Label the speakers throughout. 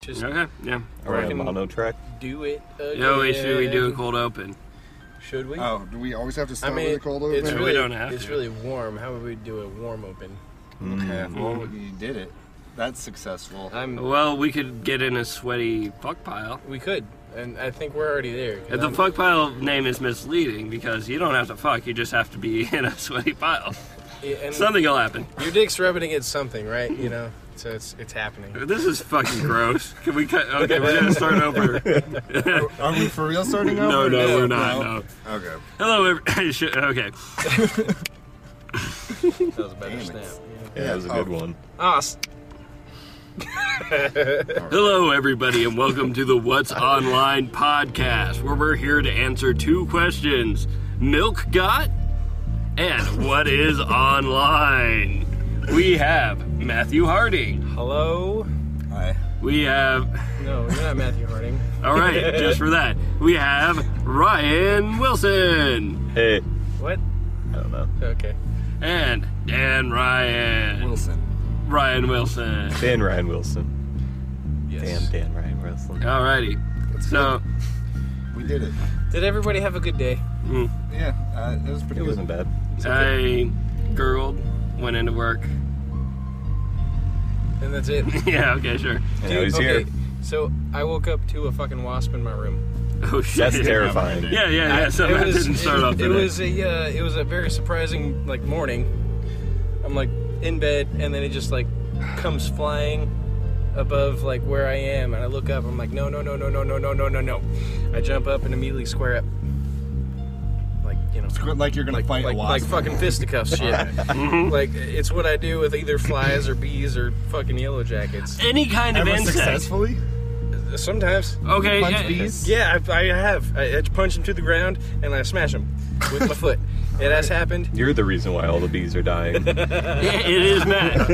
Speaker 1: Just
Speaker 2: Okay, yeah.
Speaker 3: Or a
Speaker 1: Fucking-
Speaker 3: mono track.
Speaker 1: do it. Again.
Speaker 2: No, we should we do a cold open?
Speaker 1: Should we?
Speaker 4: Oh, do we always have to
Speaker 1: I
Speaker 4: start
Speaker 1: mean,
Speaker 4: with a cold open?
Speaker 1: it's
Speaker 2: No, we
Speaker 1: really
Speaker 2: don't have
Speaker 1: it's
Speaker 2: to.
Speaker 1: really warm. How would we do a warm open?
Speaker 4: okay, well, you did it. That's successful.
Speaker 1: I'm.
Speaker 2: Well, we could get in a sweaty fuck pile.
Speaker 1: We could, and I think we're already there. Um, 'cause
Speaker 2: And the
Speaker 1: I'm-
Speaker 2: fuck pile name is misleading because you don't have to fuck, you just have to be in a sweaty pile.
Speaker 1: Yeah, and
Speaker 2: Something will happen.
Speaker 1: Your dick's rubbing against something, right? You know, so it's it's happening.
Speaker 2: This is fucking gross. Can we cut? Okay, we're gonna start over.
Speaker 4: Are we for real starting out?
Speaker 2: No, no, we're not. No.
Speaker 4: Okay.
Speaker 2: Hello, every- shit, okay.
Speaker 1: That was a better
Speaker 4: Damn
Speaker 1: snap.
Speaker 4: it.
Speaker 3: Yeah, that was a
Speaker 4: Oh.
Speaker 3: good one.
Speaker 1: Ah, s-
Speaker 2: Hello, everybody, and welcome to the What's Online podcast, where we're here to answer two questions Milk Got and What is Online? We have Matthew Harding.
Speaker 1: hello.
Speaker 4: Hi.
Speaker 2: We have,
Speaker 1: No, you're not Matthew Harding.
Speaker 2: all right, just for that, we have Ryan Wilson
Speaker 3: Hey,
Speaker 1: What?
Speaker 3: I don't know.
Speaker 1: Okay.
Speaker 2: and Dan Ryan.
Speaker 4: Wilson.
Speaker 2: Ryan Wilson.
Speaker 3: Dan Ryan Wilson.
Speaker 1: Yes.
Speaker 3: Damn, Dan Ryan Wilson.
Speaker 2: Alrighty. So,
Speaker 4: We did it.
Speaker 1: Did everybody have a good day?
Speaker 2: mm,
Speaker 4: Yeah, uh, it was pretty
Speaker 3: It
Speaker 4: good.
Speaker 3: wasn't bad.
Speaker 2: I gurgled, went into work.
Speaker 1: And that's it.
Speaker 2: yeah, okay, sure.
Speaker 3: And now he's here.
Speaker 1: So I woke up to a fucking wasp in my room.
Speaker 2: Oh shit.
Speaker 3: That's terrifying.
Speaker 2: Yeah, yeah, yeah. So that didn't start
Speaker 1: it,
Speaker 2: off
Speaker 1: it
Speaker 2: today.
Speaker 1: was a uh, it was a very surprising like morning. I'm like in bed and then it just like comes flying above like where I am and I look up. I'm like no no no no no no no no no no. I jump up and immediately square up. Like you know.
Speaker 4: It's like you're gonna fight
Speaker 1: like,
Speaker 4: a
Speaker 1: like
Speaker 4: wasp.
Speaker 1: fucking fisticuffs shit.
Speaker 2: Mm-hmm.
Speaker 1: like it's what I do with either flies or bees or fucking yellow jackets.
Speaker 2: Any kind of
Speaker 4: Ever
Speaker 2: insect.
Speaker 4: successfully?
Speaker 1: Sometimes
Speaker 2: Okay.
Speaker 4: Punch
Speaker 2: yeah.
Speaker 4: bees?
Speaker 1: Yeah, I, I have. I, I punch them to the ground and I smash them with my foot. It has happened.
Speaker 3: You're the reason why all the bees are
Speaker 2: It
Speaker 3: dying.
Speaker 2: it is Matt.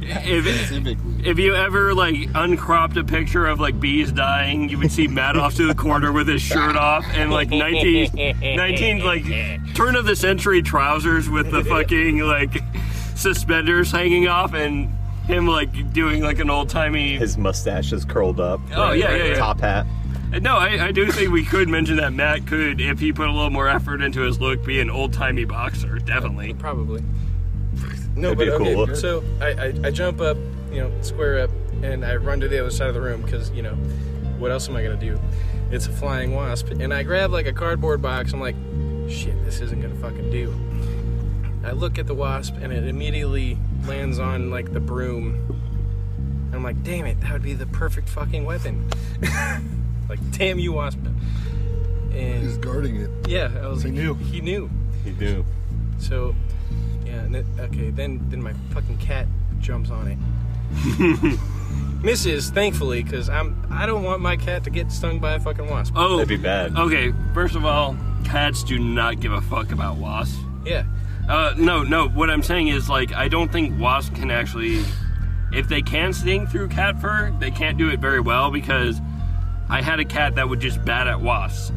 Speaker 2: if,
Speaker 4: Specifically.
Speaker 2: if you ever like uncropped a picture of like bees dying, you would see Matt off to the corner with his shirt off and like 19, 19 like turn of the century trousers with the fucking like suspenders hanging off and him like doing like an old timey
Speaker 3: His mustache is curled up.
Speaker 2: Oh, yeah, yeah, yeah.
Speaker 3: Top hat.
Speaker 2: No, I, I do think we could mention that Matt could, if he put a little more effort into his look, be an old timey boxer. Definitely.
Speaker 1: Probably. No,
Speaker 3: That'd be
Speaker 1: but
Speaker 3: a cool
Speaker 1: okay.
Speaker 3: look.
Speaker 1: So I, I, I jump up, you know, square up, and I run to the other side of the room because you know, what else am I gonna do? It's a flying wasp, and I grab like a cardboard box. I'm like, shit, this isn't gonna fucking do. I look at the wasp, and it immediately lands on like the broom. I'm like, damn it, that would be the perfect fucking weapon. like, damn you, wasp.
Speaker 4: He's
Speaker 1: And
Speaker 4: guarding it.
Speaker 1: yeah, I was
Speaker 4: He
Speaker 1: like,
Speaker 4: knew.
Speaker 1: He knew.
Speaker 3: You do.
Speaker 1: So, yeah. And it, okay, then then my fucking cat jumps on it. Misses, thankfully, because I'm I don't want my cat to get stung by a fucking wasp.
Speaker 2: Oh,
Speaker 3: That'd be bad.
Speaker 2: okay. First of all, cats do not give a fuck about wasps.
Speaker 1: Yeah.
Speaker 2: Uh, no, no. What I'm saying is, like, I don't think wasps can actually. If they can sting through cat fur, they can't do it very well because I had a cat that would just bat at wasps.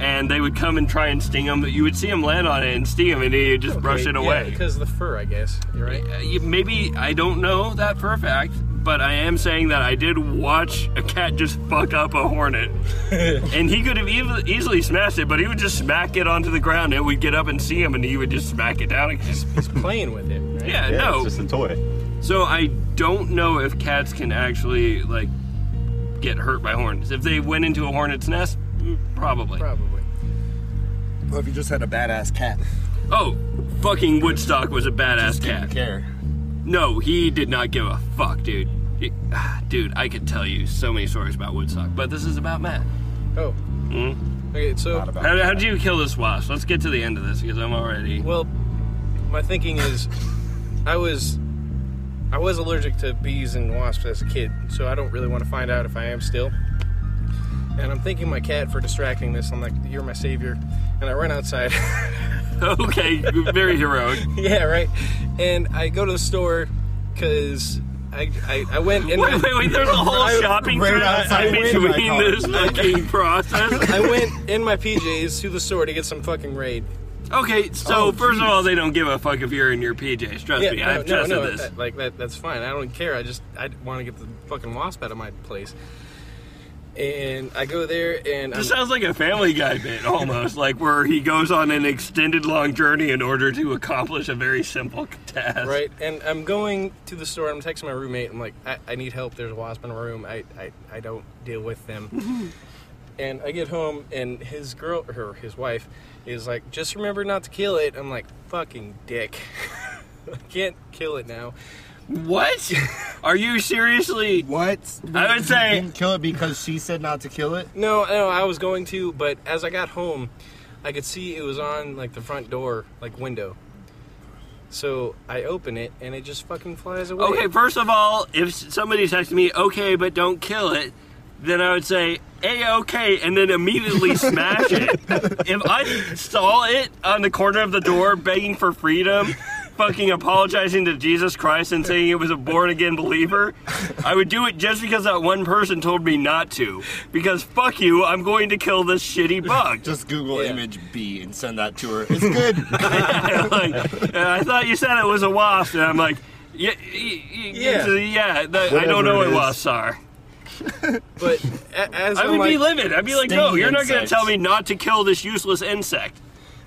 Speaker 2: and they would come and try and sting them. You would see them land on it and sting them, and he'd just brush it away.
Speaker 1: because of the fur, I guess. You're right.
Speaker 2: Uh, you- maybe I don't know that for a fact, but I am saying that I did watch a cat just fuck up a hornet, and he could have ev- easily smashed it, but he would just smack it onto the ground. and we'd get up and see him, and he would just smack it down again.
Speaker 1: He's playing with it. Right?
Speaker 2: yeah,
Speaker 3: Yeah,
Speaker 2: no.
Speaker 3: it's just a toy.
Speaker 2: So I don't know if cats can actually like get hurt by hornets. If they went into a hornet's nest, mm, probably.
Speaker 1: Probably.
Speaker 4: Well, if you just had a badass cat,
Speaker 2: Oh, fucking Woodstock was a badass cat.
Speaker 4: care.
Speaker 2: No, he did not give a fuck, dude. He- ah, dude, I could tell you so many stories about Woodstock, but this is about Matt.
Speaker 1: Oh.
Speaker 2: Mm-hmm.
Speaker 1: Okay. So.
Speaker 4: Not about
Speaker 2: How,
Speaker 4: that.
Speaker 2: how do you kill this wasp? Let's get to the end of this because I'm already.
Speaker 1: Well, my thinking is, I was, I was allergic to bees and wasps as a kid, so I don't really want to find out if I am still. And I'm thanking my cat for distracting this. I'm like, you're my savior, and I run outside.
Speaker 2: okay, very heroic.
Speaker 1: yeah, right. And I go to the store because I, I I went and
Speaker 2: Wait, wait, wait! There's a whole
Speaker 4: I-
Speaker 2: shopping
Speaker 4: right
Speaker 2: trip
Speaker 4: outside
Speaker 2: in
Speaker 4: the window, I
Speaker 2: between
Speaker 4: call it.
Speaker 2: this fucking process.
Speaker 1: I went in my PJs to the store to get some fucking raid.
Speaker 2: Okay, so
Speaker 1: Oh,
Speaker 2: first of all,
Speaker 1: jeez.
Speaker 2: they don't give a fuck if you're in your PJs. Trust me,
Speaker 1: no,
Speaker 2: I've
Speaker 1: no,
Speaker 2: tested
Speaker 1: no,
Speaker 2: this.
Speaker 1: that- like that, that's fine. I don't care. I just I want to get the fucking wasp out of my place. And I go there and I'm,
Speaker 2: This sounds like a Family Guy bit almost, like where he goes on an extended long journey in order to accomplish a very simple task.
Speaker 1: right and I'm going to the store. I'm texting my roommate. I'm like, I, I need help. There's a wasp in my room. I I, I don't deal with them. and I get home and his girl her his wife is like, just remember not to kill it. I'm like, fucking dick. I can't kill it now.
Speaker 2: What? Are you seriously?
Speaker 4: What?
Speaker 2: I would say-
Speaker 4: You didn't kill it because she said not to kill it.
Speaker 1: No, no, I was going to, but as I got home, I could see it was on like the front door, like window. So I open it and it just fucking flies away.
Speaker 2: Okay, first of all, if s- somebody texted me, okay, but don't kill it, then I would say, a okay, and then immediately smash it. If I saw it on the corner of the door begging for freedom, fucking apologizing to Jesus Christ and saying it was a born again believer, I would do it just because that one person told me not to. Because fuck you, I'm going to kill this shitty bug.
Speaker 4: Just Google
Speaker 1: Yeah.
Speaker 4: image B and send that to her. It's good.
Speaker 2: like, uh, I thought you said it was a wasp, and I'm like, yeah,
Speaker 1: Yeah.
Speaker 2: yeah, yeah the, I don't know
Speaker 4: Whatever it
Speaker 2: what
Speaker 4: is.
Speaker 2: wasps are.
Speaker 1: but a- as
Speaker 2: I
Speaker 1: I'm
Speaker 2: would
Speaker 1: like,
Speaker 2: be livid. I'd be like, no,
Speaker 4: Stinging
Speaker 2: you're not going to
Speaker 4: insects.
Speaker 2: tell me not to kill this useless insect.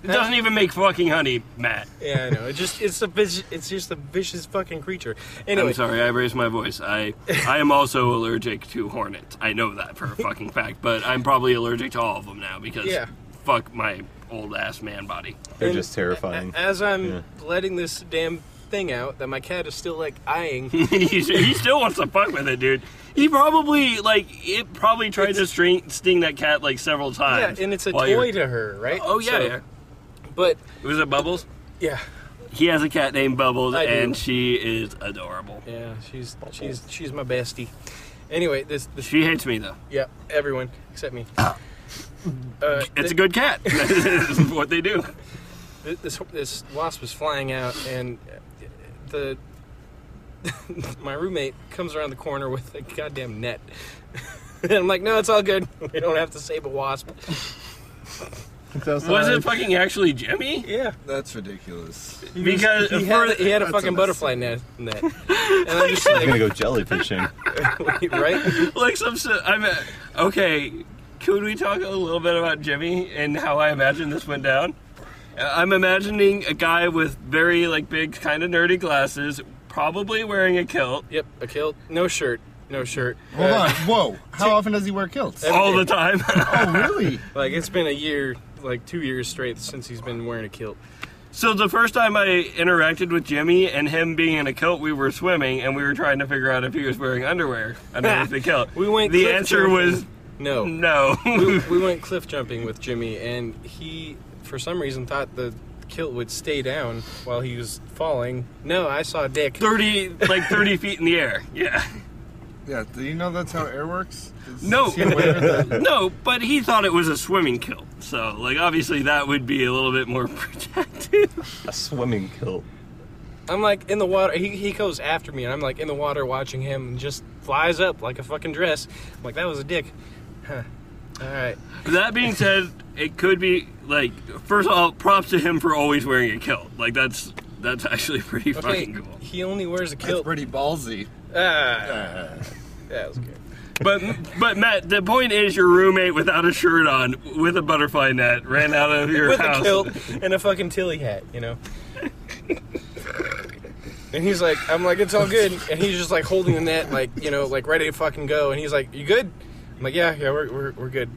Speaker 2: It doesn't even make fucking honey, Matt.
Speaker 1: yeah, I know. It just it's a vicious, it's just a vicious fucking creature. Anyway,
Speaker 2: I'm sorry, I raised my voice. I I am also allergic to hornets. I know that for a fucking fact, but I'm probably allergic to all of them now because
Speaker 1: Yeah.
Speaker 2: fuck my old ass man body.
Speaker 3: They're
Speaker 1: And
Speaker 3: just terrifying.
Speaker 1: a- As I'm
Speaker 3: Yeah.
Speaker 1: letting this damn thing out that my cat is still like eyeing.
Speaker 2: He's- he still wants to fuck with it, dude. He probably like it probably tried to sting, sting that cat like several
Speaker 1: yeah,
Speaker 2: times.
Speaker 1: and it's a
Speaker 2: while
Speaker 1: toy
Speaker 2: you're-
Speaker 1: to her, right?
Speaker 2: Oh yeah,
Speaker 1: So-
Speaker 2: yeah.
Speaker 1: But
Speaker 2: Was it Bubbles?
Speaker 1: yeah,
Speaker 2: He has a cat named Bubbles,
Speaker 1: I do.
Speaker 2: and she is adorable.
Speaker 1: yeah, she's she's she's my bestie. Anyway, this this
Speaker 2: She hates me though.
Speaker 1: yeah, everyone except me.
Speaker 4: Ah.
Speaker 1: Uh,
Speaker 2: It's a good cat. That's what they do.
Speaker 1: Th- this this wasp was flying out, and uh, the my roommate comes around the corner with a goddamn net, and I'm like, no, it's all good. We don't have to save a wasp.
Speaker 2: Was it fucking actually Jimmy?
Speaker 1: Yeah,
Speaker 4: That's ridiculous.
Speaker 2: Because
Speaker 1: he
Speaker 2: for-
Speaker 1: had, he had a
Speaker 4: That's
Speaker 1: fucking
Speaker 4: a mess.
Speaker 1: butterfly net, net, and I'm just like,
Speaker 3: I'm gonna go jellyfishing.
Speaker 1: right?
Speaker 2: like some. s- I'm uh, okay. Could we talk a little bit about Jimmy and how I imagine this went down? Uh, I'm imagining a guy with very like big, kind of nerdy glasses, probably wearing a kilt
Speaker 1: Yep, a kilt, no shirt, no shirt.
Speaker 4: Hold
Speaker 1: Uh,
Speaker 4: on. Whoa. How often does he wear kilts?
Speaker 2: all the time.
Speaker 4: Oh, really?
Speaker 1: Like it's been a year, like two years straight since he's been wearing a kilt.
Speaker 2: So the first time I interacted with Jimmy and him being in a kilt, we were swimming and we were trying to figure out if he was wearing underwear underneath the kilt.
Speaker 1: We went
Speaker 2: The
Speaker 1: cliff
Speaker 2: answer
Speaker 1: jumping.
Speaker 2: was
Speaker 1: No,
Speaker 2: no.
Speaker 1: we, we went cliff jumping with Jimmy, and he, for some reason, thought the kilt would stay down while he was falling. No, I saw Dick.
Speaker 2: thirty, like thirty feet in the air. Yeah.
Speaker 4: Yeah. Do you know that's how air works? Is-
Speaker 2: No.
Speaker 4: is he aware of that?
Speaker 2: No, but he thought it was a swimming kilt. So, like, obviously that would be a little bit more protective.
Speaker 3: a swimming kilt.
Speaker 1: I'm like in the water. He, he goes after me, and I'm like in the water watching him, and just flies up like a fucking dress. I'm like that was a dick. Huh. All right.
Speaker 2: that being said, it could be like first of all, props to him for always wearing a kilt. Like that's that's actually pretty
Speaker 1: Okay.
Speaker 2: fucking cool.
Speaker 1: He only wears a
Speaker 4: That's
Speaker 1: kilt.
Speaker 4: pretty ballsy.
Speaker 1: Ah,
Speaker 4: Uh,
Speaker 1: that was good.
Speaker 2: But but Matt, the point is your roommate without a shirt on with a butterfly net ran out of your
Speaker 1: With
Speaker 2: house.
Speaker 1: a kilt and a fucking tilly hat, you know. And he's like, I'm like, it's all good. And he's just like holding the net, like, you know, like ready to fucking go. And he's like, you good? I'm like, yeah, yeah, we're, we're, we're good.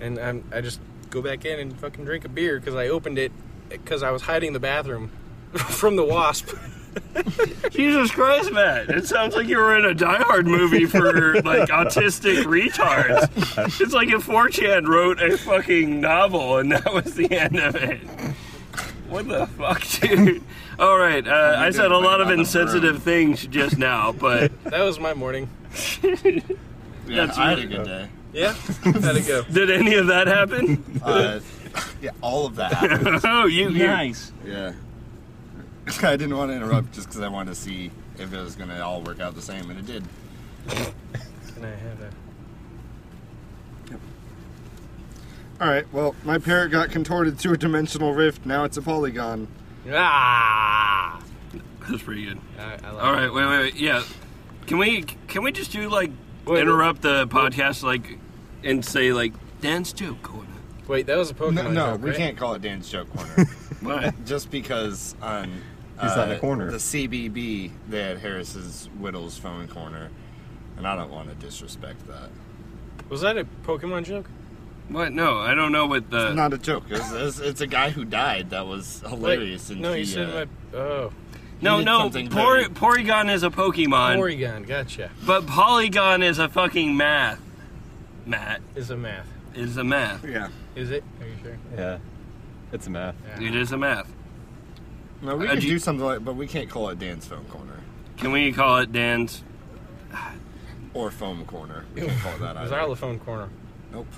Speaker 1: And I'm, I just go back in and fucking drink a beer because I opened it because I was hiding in the bathroom from the wasp.
Speaker 2: Jesus Christ, Matt. It sounds like you were in a Die Hard movie for like autistic retards. It's like if 4chan wrote a fucking novel and that was the end of it. What the fuck, dude? All right, uh, I said a lot of insensitive things just now, but
Speaker 1: That was my morning.
Speaker 4: yeah,
Speaker 2: That's
Speaker 4: I had a
Speaker 2: really
Speaker 4: good day.
Speaker 1: Yeah, how'd it go?
Speaker 2: did any of that happen?
Speaker 4: Uh, yeah, all of that happened.
Speaker 2: Oh, you, you
Speaker 4: Yeah. I didn't want to interrupt just because I wanted to see if it was going to all work out the same, and it did.
Speaker 1: Can I have a?
Speaker 4: All All right. Well, my parrot got contorted through a dimensional rift. Now it's a polygon.
Speaker 1: Ah.
Speaker 2: That's pretty good.
Speaker 1: I, I like
Speaker 2: All right, wait, wait, wait, yeah. Can we can we just do like
Speaker 1: Wait,
Speaker 2: interrupt the podcast like and say like dance to Coda?
Speaker 1: it. Wait, that was a Pokemon.
Speaker 4: No, no
Speaker 1: joke,
Speaker 4: we
Speaker 1: right?
Speaker 4: can't call it Dan's joke corner.
Speaker 2: Why?
Speaker 4: just because on uh,
Speaker 3: He's not in a corner.
Speaker 4: the CBB they had Harris's Whittle's phone corner, and I don't want to disrespect that.
Speaker 1: Was that a Pokemon joke?
Speaker 2: What? No, I don't know what the.
Speaker 4: Not a joke. It's, it's, it's a guy who died. That was
Speaker 1: Like,
Speaker 4: hilarious. and
Speaker 1: no,
Speaker 4: he,
Speaker 1: you said
Speaker 4: uh,
Speaker 1: my. Oh,
Speaker 2: no,
Speaker 4: did
Speaker 2: no.
Speaker 4: something
Speaker 2: Por-
Speaker 4: very-
Speaker 2: Porygon is a Pokemon,
Speaker 1: Porygon. Gotcha.
Speaker 2: but Polygon is a fucking math. Matt
Speaker 1: Is a math.
Speaker 2: is a math.
Speaker 4: Yeah.
Speaker 1: Is it? Are you sure?
Speaker 3: Yeah. It's a math.
Speaker 1: Yeah.
Speaker 2: It is a math.
Speaker 4: No, we
Speaker 2: Uh,
Speaker 4: could
Speaker 2: do
Speaker 4: do,
Speaker 2: you-
Speaker 4: something like, but we can't call it Dan's phone corner
Speaker 2: Can we call it dance?
Speaker 4: or foam corner. We can't call it that
Speaker 1: It was
Speaker 4: either.
Speaker 1: Xylophone corner.
Speaker 4: Nope.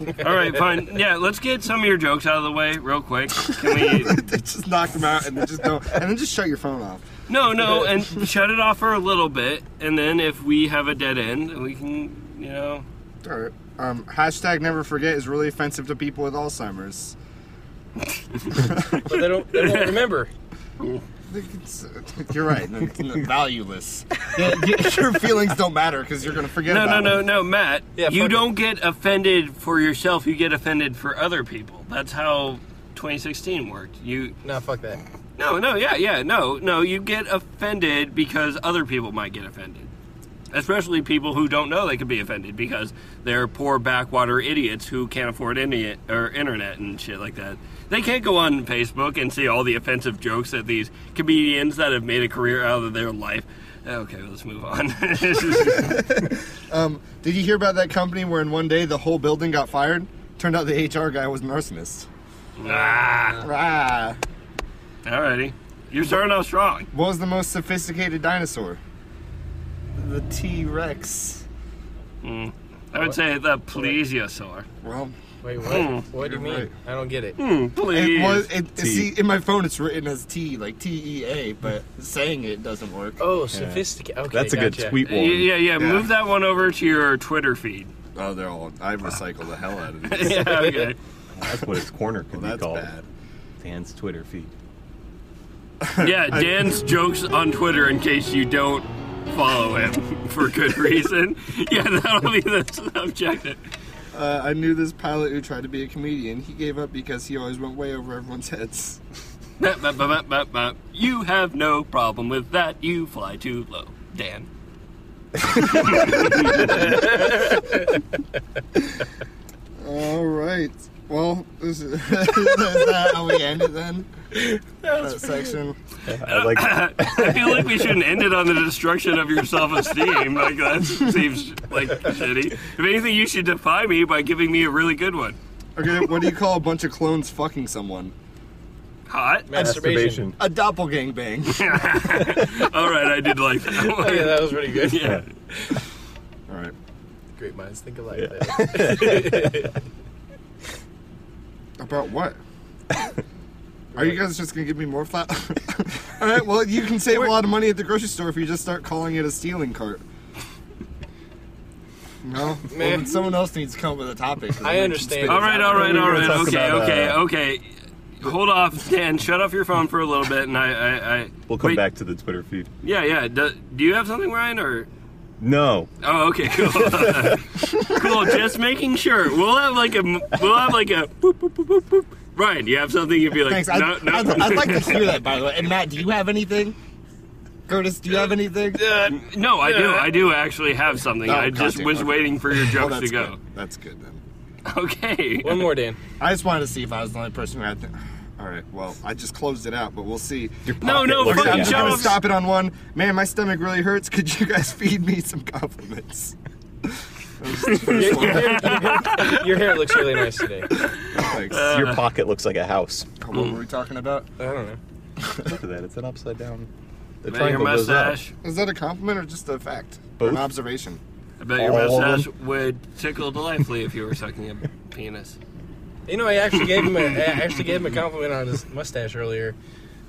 Speaker 2: All right, fine. Yeah, let's get some of your jokes out of the way real quick. Can we?
Speaker 4: they just knocked him out and then just don't, and then just shut your phone off.
Speaker 2: No, no, and shut it off for a little bit, and then if we have a dead end, we can, you know.
Speaker 4: All right. Um, hashtag never forget is really offensive to people with Alzheimer's.
Speaker 1: But they don't. They won't remember.
Speaker 4: I think it's- You're right. It's valueless. Yeah, y- Your feelings don't matter because you're gonna forget.
Speaker 2: No, no,
Speaker 4: about
Speaker 2: no,
Speaker 4: them.
Speaker 2: no, Matt.
Speaker 1: Yeah, fuck
Speaker 2: you
Speaker 1: it.
Speaker 2: don't get offended for yourself. You get offended for other people. That's how 2016 worked. You
Speaker 1: No, fuck that.
Speaker 2: no, no, yeah, yeah, no, no. You get offended because other people might get offended, especially people who don't know they could be offended because they're poor backwater idiots who can't afford internet or internet and shit like that. They can't go on Facebook and see all the offensive jokes that these comedians that have made a career out of their life. Okay, let's move on.
Speaker 4: Did you hear about that company where in one day the whole building got fired? Turned out the HR guy was an arsonist.
Speaker 2: ah.
Speaker 4: Ah.
Speaker 2: Alrighty. You're starting off strong.
Speaker 4: What was the most sophisticated dinosaur? The T Rex.
Speaker 2: I would say the plesiosaur.
Speaker 4: Well,
Speaker 1: Wait, what? what do you mean?
Speaker 4: You're right.
Speaker 1: I don't get
Speaker 2: Hmm.
Speaker 1: it.
Speaker 2: Please.
Speaker 4: it was. It,
Speaker 3: T.
Speaker 4: see, in my phone it's written as T, like T E A, but saying it doesn't work.
Speaker 1: Oh, sophisticated. Okay,
Speaker 3: That's a good
Speaker 1: gotcha.
Speaker 3: tweet
Speaker 2: yeah,
Speaker 3: one.
Speaker 2: yeah, yeah,
Speaker 4: Yeah.
Speaker 2: Move that one over to your Twitter feed.
Speaker 4: Oh, they're all. I recycle the hell out of these.
Speaker 2: yeah, okay.
Speaker 3: That's what his corner could
Speaker 4: Well,
Speaker 3: be
Speaker 4: that's
Speaker 3: called.
Speaker 4: bad.
Speaker 3: Dan's Twitter feed.
Speaker 2: Yeah, Dan's jokes on Twitter in case you don't follow him for good reason. Yeah, that'll be the subject.
Speaker 4: Uh, I knew this pilot who tried to be a comedian. He gave up because he always went way over everyone's heads.
Speaker 2: Bop, bop, bop, bop, bop, bop. You have no problem with that. You fly too low, Dan.
Speaker 4: All right. Well, this is, is that how we end it then? That section.
Speaker 3: I like
Speaker 2: I feel like we shouldn't end it on the destruction of your self-esteem. Like that seems like shitty. If anything, you should defy me by giving me a really good one.
Speaker 4: Okay, what do you call a bunch of clones fucking someone?
Speaker 2: Hot.
Speaker 1: Masturbation.
Speaker 3: masturbation.
Speaker 4: A doppelgang bang.
Speaker 2: All right, I did like that
Speaker 1: Oh, yeah,
Speaker 2: one.
Speaker 1: that was pretty good.
Speaker 2: Yeah.
Speaker 4: All right.
Speaker 1: Great minds think alike.
Speaker 3: Yeah.
Speaker 1: there.
Speaker 4: About what? Are you guys just gonna give me more flat? All right. Well, you can save a lot of money at the grocery store if you just start calling it a stealing cart. No, well,
Speaker 1: Meh.
Speaker 4: then someone else needs to come up with a topic. 'cause
Speaker 1: I
Speaker 4: we can
Speaker 1: understand.
Speaker 4: spit
Speaker 2: All right, all right, all
Speaker 3: We were
Speaker 2: right.
Speaker 3: talking
Speaker 2: Okay,
Speaker 3: about,
Speaker 2: okay,
Speaker 3: uh,
Speaker 2: okay. Hold off, Dan. Shut off your phone for a little bit, and I, I, I
Speaker 3: We'll come
Speaker 2: wait.
Speaker 3: back to the Twitter feed.
Speaker 2: Yeah, yeah. Do, do you have something, Ryan, or?
Speaker 3: No.
Speaker 2: Oh, okay, cool. cool. Just making sure. We'll have like a m- we'll have like a boop boop boop boop boop. Ryan, you have something? You'd be like,
Speaker 4: Thanks. I'd,
Speaker 2: no, no.
Speaker 4: I'd, I'd like to hear that, by the way. And Matt, do you have anything? Curtis, do you have anything?
Speaker 2: no, I do. I do actually have something.
Speaker 4: Oh,
Speaker 2: I just
Speaker 4: goddamn,
Speaker 2: was
Speaker 4: okay.
Speaker 2: waiting for your
Speaker 4: Oh,
Speaker 2: jokes
Speaker 4: that's
Speaker 2: to go.
Speaker 4: good. That's good then.
Speaker 2: Okay.
Speaker 1: One more, Dan.
Speaker 4: I just wanted to see if I was the only person who had. Th- All right. Well, I just closed it out, but we'll see.
Speaker 2: No, no,
Speaker 3: Look,
Speaker 4: Okay,
Speaker 2: fucking
Speaker 4: I'm
Speaker 3: yeah.
Speaker 4: just
Speaker 2: shut
Speaker 4: gonna
Speaker 2: up.
Speaker 4: stop it on one. Man, my stomach really hurts. Could you guys feed me some compliments?
Speaker 1: Your, your hair, your hair looks really nice today. I
Speaker 4: Thanks.
Speaker 2: Uh,
Speaker 3: Your pocket looks like a house.
Speaker 4: what were we talking about?
Speaker 1: don't know.
Speaker 3: Look at that. It's an upside down. The
Speaker 2: I bet your
Speaker 3: triangle goes up.
Speaker 2: mustache.
Speaker 4: Is that a compliment or just a fact? Or
Speaker 3: Both.
Speaker 4: an observation?
Speaker 2: I bet your
Speaker 3: All of
Speaker 2: mustache would tickle delightfully if you were sucking a penis.
Speaker 1: You know, I actually gave him a, I actually gave him a compliment on his mustache earlier.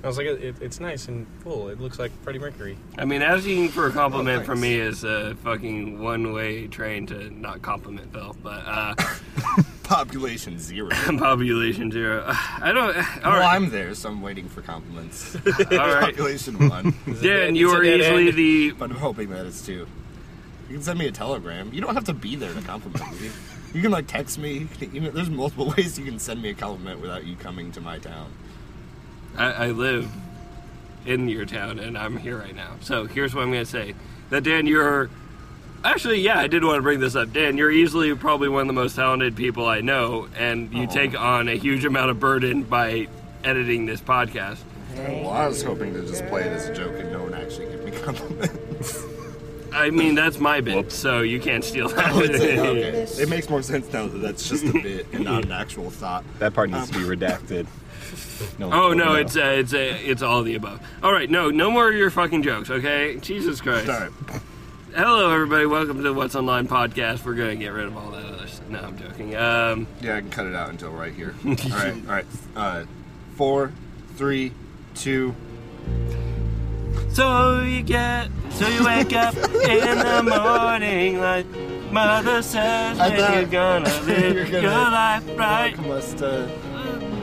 Speaker 1: I was like, it, it, it's nice and full. It looks like Freddie Mercury.
Speaker 2: I mean, asking for a compliment
Speaker 4: Oh,
Speaker 2: from me is a fucking one-way train to not compliment Phil. But uh,
Speaker 4: Population zero.
Speaker 2: Population zero. I don't. All
Speaker 4: well,
Speaker 2: right.
Speaker 4: I'm there, so I'm waiting for compliments.
Speaker 2: All right.
Speaker 4: Population one.
Speaker 2: Dan,
Speaker 1: It's
Speaker 2: you
Speaker 1: a
Speaker 2: are
Speaker 1: dead
Speaker 2: easily
Speaker 1: end.
Speaker 2: the.
Speaker 4: But I'm hoping that it's two. You can send me a telegram. You don't have to be there to compliment me. You can like text me. You can email. There's multiple ways you can send me a compliment without you coming to my town.
Speaker 2: I, I live in your town, and I'm here right now. So here's what I'm going to say: that Dan, you're actually, yeah, I did want to bring this up. Dan, you're easily probably one of the most talented people I know, and you
Speaker 4: Oh.
Speaker 2: take on a huge amount of burden by editing this podcast.
Speaker 4: Well, I was hoping to just play it as a joke and no one actually give me compliments.
Speaker 2: I mean, that's my bit, so you can't steal that.
Speaker 4: Oh, okay. It makes more sense now that that's just a bit and not an actual thought.
Speaker 3: That part needs to be redacted. No,
Speaker 2: Oh
Speaker 3: no,
Speaker 2: no, it's uh, it's uh, it's all of the above. All right, no, no more of your fucking jokes, okay? Jesus Christ.
Speaker 4: Sorry.
Speaker 2: Hello, everybody. Welcome to What's Online podcast. We're gonna get rid of all that other. s No, I'm joking. Um,
Speaker 4: Yeah, I can cut it out until right here. all right, all right. Uh, four, three, two.
Speaker 2: So you get, so you wake up in the morning like mother says
Speaker 4: I
Speaker 2: that you're
Speaker 4: thought
Speaker 2: gonna live
Speaker 4: you're gonna-
Speaker 2: your life right.
Speaker 4: Must, uh,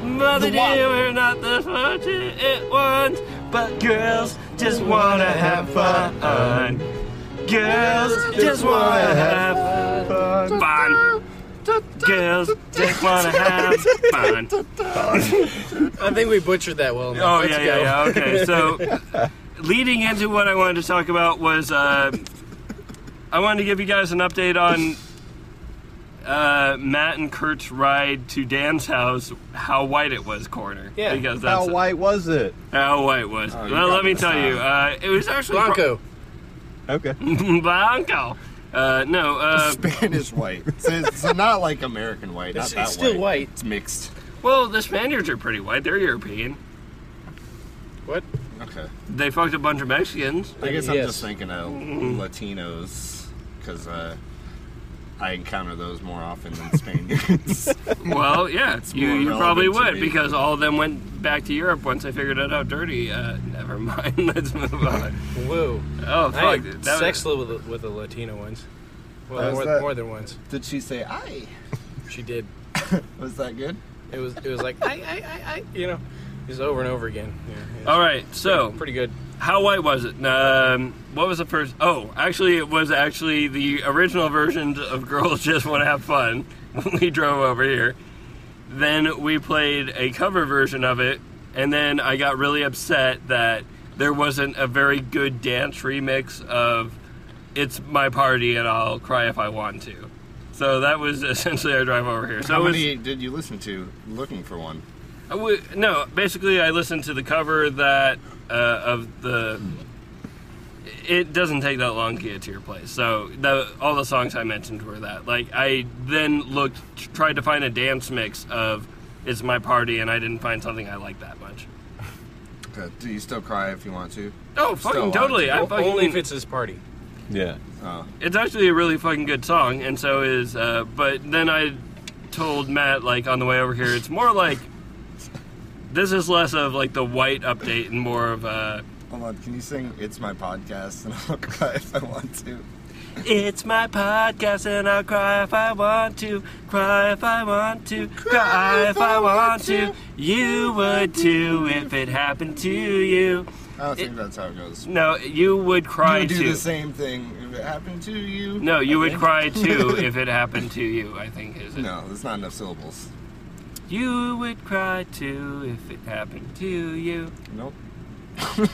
Speaker 2: Mother
Speaker 4: The what?
Speaker 2: dear, we're not the fortunate at once, but girls just wanna have fun. Girls just wanna have fun. Girls just wanna have fun.
Speaker 1: I think we butchered that well enough.
Speaker 2: Oh
Speaker 1: Let's
Speaker 2: yeah,
Speaker 1: go.
Speaker 2: yeah, yeah. Okay, so leading into what I wanted to talk about was uh, I wanted to give you guys an update on uh, Matt and Kurt's ride to Dan's house. How white it was, corner.
Speaker 1: Yeah,
Speaker 2: because that's
Speaker 3: How white was it?
Speaker 2: how white it was.
Speaker 4: you
Speaker 2: well,
Speaker 4: got
Speaker 2: let me
Speaker 4: this
Speaker 2: tell
Speaker 4: time.
Speaker 2: you, uh, it was actually
Speaker 1: Blanco.
Speaker 3: Okay.
Speaker 2: Mm. Blanco. Uh, no, uh,
Speaker 4: Spanish white. So it's so not like American white. Not
Speaker 1: It's,
Speaker 4: that
Speaker 1: it's still white.
Speaker 4: It's mixed.
Speaker 2: well, the Spaniards are pretty white. They're European.
Speaker 1: What?
Speaker 4: Okay.
Speaker 2: They fucked a bunch of Mexicans.
Speaker 4: I guess I'm
Speaker 1: Yes.
Speaker 4: just thinking of Latinos because uh, I encounter those more often than Spaniards.
Speaker 2: Well, yeah, you,
Speaker 4: more
Speaker 2: you
Speaker 4: relevant
Speaker 2: probably
Speaker 4: to
Speaker 2: would
Speaker 4: me.
Speaker 2: because all of them went back to Europe once I figured out how dirty. Uh, never mind. Let's move on.
Speaker 1: Whoa.
Speaker 2: Oh
Speaker 1: I
Speaker 2: fuck!
Speaker 1: had
Speaker 2: that
Speaker 1: sex with, the- with the Latino ones. Well,
Speaker 4: How's
Speaker 1: more,
Speaker 4: that?
Speaker 1: more than once.
Speaker 4: Did she say "I"?
Speaker 1: She did.
Speaker 4: Was that good?
Speaker 1: It was. It was like I, I, I, I you know, it's over and over again. Yeah, it's
Speaker 2: all right. So,
Speaker 1: pretty good.
Speaker 2: how white was it? Um, what was the first? Oh, actually, it was actually the original version of "Girls Just Want to Have Fun" when we drove over here. Then we played a cover version of it, and then I got really upset that there wasn't a very good dance remix of "It's My Party and I'll Cry If I Want to." So that was essentially our drive over here. So
Speaker 4: How
Speaker 2: it was,
Speaker 4: many did you listen to? Looking for one.
Speaker 2: I w- no, basically, I listened to the cover that uh, of the. It doesn't take that long to get to your place, so the, all the songs I mentioned were that. Like I then looked, tried to find a dance mix of "It's My Party," and I didn't find something I liked that much.
Speaker 4: Okay. Uh, Do you still cry if you want to?
Speaker 2: Oh,
Speaker 4: Still
Speaker 2: fucking
Speaker 4: liked
Speaker 2: totally! I
Speaker 1: O-
Speaker 2: fucking,
Speaker 1: Only if it's his party.
Speaker 3: Yeah.
Speaker 4: Oh.
Speaker 2: it's actually a really fucking good song, and so is. Uh, but then I told Matt like on the way over here, it's more like this is less of like the white update and more of uh, a.
Speaker 4: Hold on. Can you sing "It's My Podcast" and I'll cry if I want to?
Speaker 2: It's my podcast and I'll cry if I want to, cry if I want to, cry if I want to. You would too if it happened to you.
Speaker 4: I don't think that's how it goes.
Speaker 2: No, you would cry
Speaker 4: You do
Speaker 2: too.
Speaker 4: the same thing if it happened to you.
Speaker 2: No, you would
Speaker 4: Okay.
Speaker 2: cry too if it happened to you, I think is it.
Speaker 4: No, there's not enough syllables.
Speaker 2: You would cry too if it happened to you.
Speaker 4: Nope. no.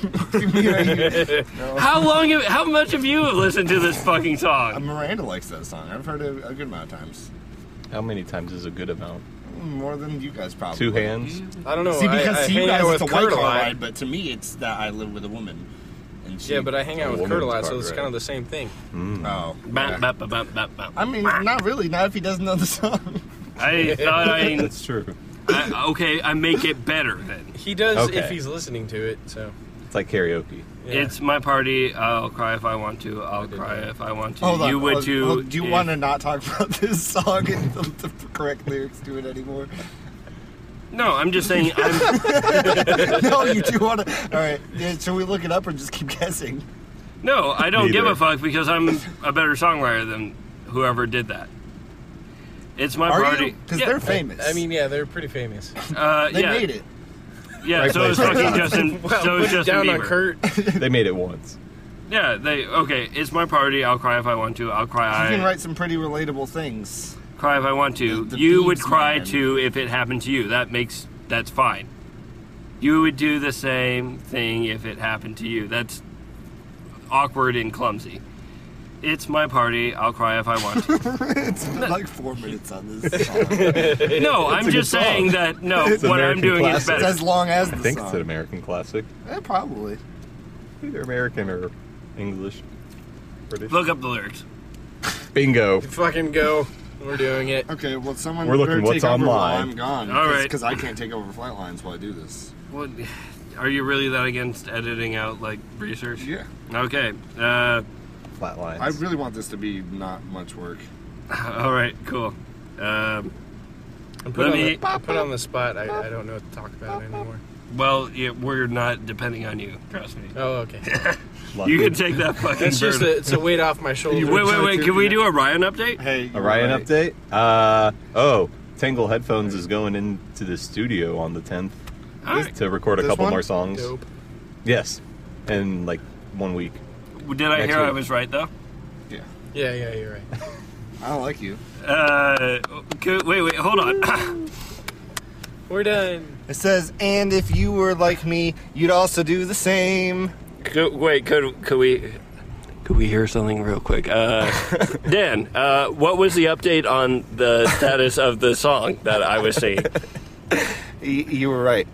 Speaker 2: How long have, how much of you have listened to this fucking
Speaker 4: Uh,
Speaker 2: song?
Speaker 4: Miranda likes that song. I've heard it a good amount of times.
Speaker 3: How many times is a good amount?
Speaker 4: More than you guys probably.
Speaker 3: Two hands?
Speaker 1: I don't know.
Speaker 4: See, because
Speaker 1: Oh, I, I
Speaker 4: to you
Speaker 1: hang
Speaker 4: guys
Speaker 1: out
Speaker 4: it's a
Speaker 1: with
Speaker 4: white
Speaker 1: Kurt a
Speaker 4: car
Speaker 1: lot.
Speaker 4: ride, but to me it's that I live with a woman. And she,
Speaker 1: Yeah, but I hang out with
Speaker 3: Woman's
Speaker 1: Kurt a lot, so
Speaker 3: car
Speaker 1: it's
Speaker 3: ride.
Speaker 1: kind of the same thing.
Speaker 4: Oh.
Speaker 2: Bap,
Speaker 4: okay.
Speaker 2: bap, bap, bap, bap, bap.
Speaker 4: I mean, not really. Not if he doesn't know the song.
Speaker 2: I thought I,
Speaker 3: That's true.
Speaker 2: I okay. I make it better then.
Speaker 1: He does if
Speaker 3: Okay.
Speaker 1: he's listening to it. So
Speaker 3: It's like karaoke.
Speaker 1: yeah.
Speaker 2: It's my party. I'll cry if I want to. I'll
Speaker 1: did
Speaker 2: cry
Speaker 1: that.
Speaker 2: if I want to.
Speaker 4: Hold on.
Speaker 2: you would
Speaker 4: hold-
Speaker 2: too.
Speaker 4: hold- do you
Speaker 2: if-
Speaker 4: want to not talk about this song and the, the correct lyrics to it anymore?
Speaker 2: No, I'm just saying. I'm,
Speaker 4: no, you do want to. All right. Yeah, should we look it up or just keep guessing?
Speaker 2: no, I don't give a
Speaker 3: Neither.
Speaker 2: fuck because I'm a better songwriter than whoever did that. It's my
Speaker 4: Are
Speaker 2: party.
Speaker 4: you? Because
Speaker 2: Yeah.
Speaker 4: they're famous.
Speaker 1: I mean, yeah, they're pretty famous.
Speaker 2: uh,
Speaker 4: they
Speaker 2: yeah.
Speaker 4: made it.
Speaker 2: Yeah,
Speaker 3: Right
Speaker 2: so
Speaker 3: place,
Speaker 2: is
Speaker 3: right
Speaker 2: fucking
Speaker 3: time.
Speaker 2: Justin.
Speaker 1: Wow,
Speaker 2: so is
Speaker 1: put it
Speaker 2: Justin
Speaker 1: down
Speaker 2: Bieber.
Speaker 1: on Kurt.
Speaker 3: they made it once.
Speaker 2: Yeah, they okay. It's my party. I'll cry if I want to. I'll cry.
Speaker 4: You can
Speaker 2: I,
Speaker 4: write some pretty relatable things.
Speaker 2: cry if I want to.
Speaker 4: The- the
Speaker 2: you would
Speaker 4: Biebs,
Speaker 2: cry
Speaker 4: man.
Speaker 2: too if it happened to you. That makes that's fine. You would do the same thing if it happened to you. That's awkward and clumsy. It's my party. I'll cry if I want to.
Speaker 4: it's been like four minutes on this song. It's
Speaker 2: No, I'm
Speaker 3: a good
Speaker 2: just saying
Speaker 3: song.
Speaker 2: that no,
Speaker 3: It's
Speaker 2: what I'm
Speaker 3: American
Speaker 2: doing
Speaker 3: classic.
Speaker 2: is
Speaker 4: as
Speaker 2: better.
Speaker 4: long as the
Speaker 3: I think
Speaker 4: song.
Speaker 3: it's an American classic,
Speaker 4: Eh, probably.
Speaker 3: either American or English, British.
Speaker 2: Look up the lyrics.
Speaker 3: Bingo.
Speaker 1: Fucking go. We're doing it.
Speaker 4: Okay, well, someone
Speaker 3: We're looking
Speaker 4: better
Speaker 3: what's
Speaker 4: take over while
Speaker 3: online.
Speaker 4: I'm gone.
Speaker 2: All right.
Speaker 4: Because I can't take over flight lines while I do this.
Speaker 2: What, are you really that against editing out like research?
Speaker 4: Yeah.
Speaker 2: Okay. Uh,
Speaker 3: Flatlines.
Speaker 4: I really want this to be not much work.
Speaker 2: all right. Cool.
Speaker 1: I'm
Speaker 2: Um,
Speaker 1: put,
Speaker 2: Let
Speaker 1: on
Speaker 2: me-
Speaker 1: the, I'm put on the spot. I, I don't know what to talk about anymore.
Speaker 2: well, yeah, we're not depending on you. Trust me.
Speaker 1: Oh, okay.
Speaker 3: Love
Speaker 2: You
Speaker 3: it.
Speaker 2: can take that fucking.
Speaker 1: It's just
Speaker 2: burden.
Speaker 1: a, it's a weight off my shoulders.
Speaker 2: Wait, wait, wait. Can we
Speaker 4: Yeah.
Speaker 2: do a Ryan update?
Speaker 4: Hey,
Speaker 3: A Ryan update? Uh, oh, Tangle Headphones is going into the studio on the 10th
Speaker 2: All right.
Speaker 3: to record a
Speaker 4: This
Speaker 3: couple
Speaker 4: one?
Speaker 3: more songs.
Speaker 1: Dope.
Speaker 3: Yes, in like one week.
Speaker 2: Did I
Speaker 3: Next
Speaker 2: hear I
Speaker 3: week.
Speaker 2: was right though?
Speaker 4: Yeah.
Speaker 1: Yeah, yeah, you're right.
Speaker 4: I don't like you.
Speaker 2: Uh, could, wait, wait. Hold on.
Speaker 1: We're done.
Speaker 4: It says, and if you were like me, you'd also do the same.
Speaker 2: could, wait. Could could we? Could we hear something real quick? Uh, Dan, uh, what was the update on the status of the song that I was singing?
Speaker 4: Y- you were right.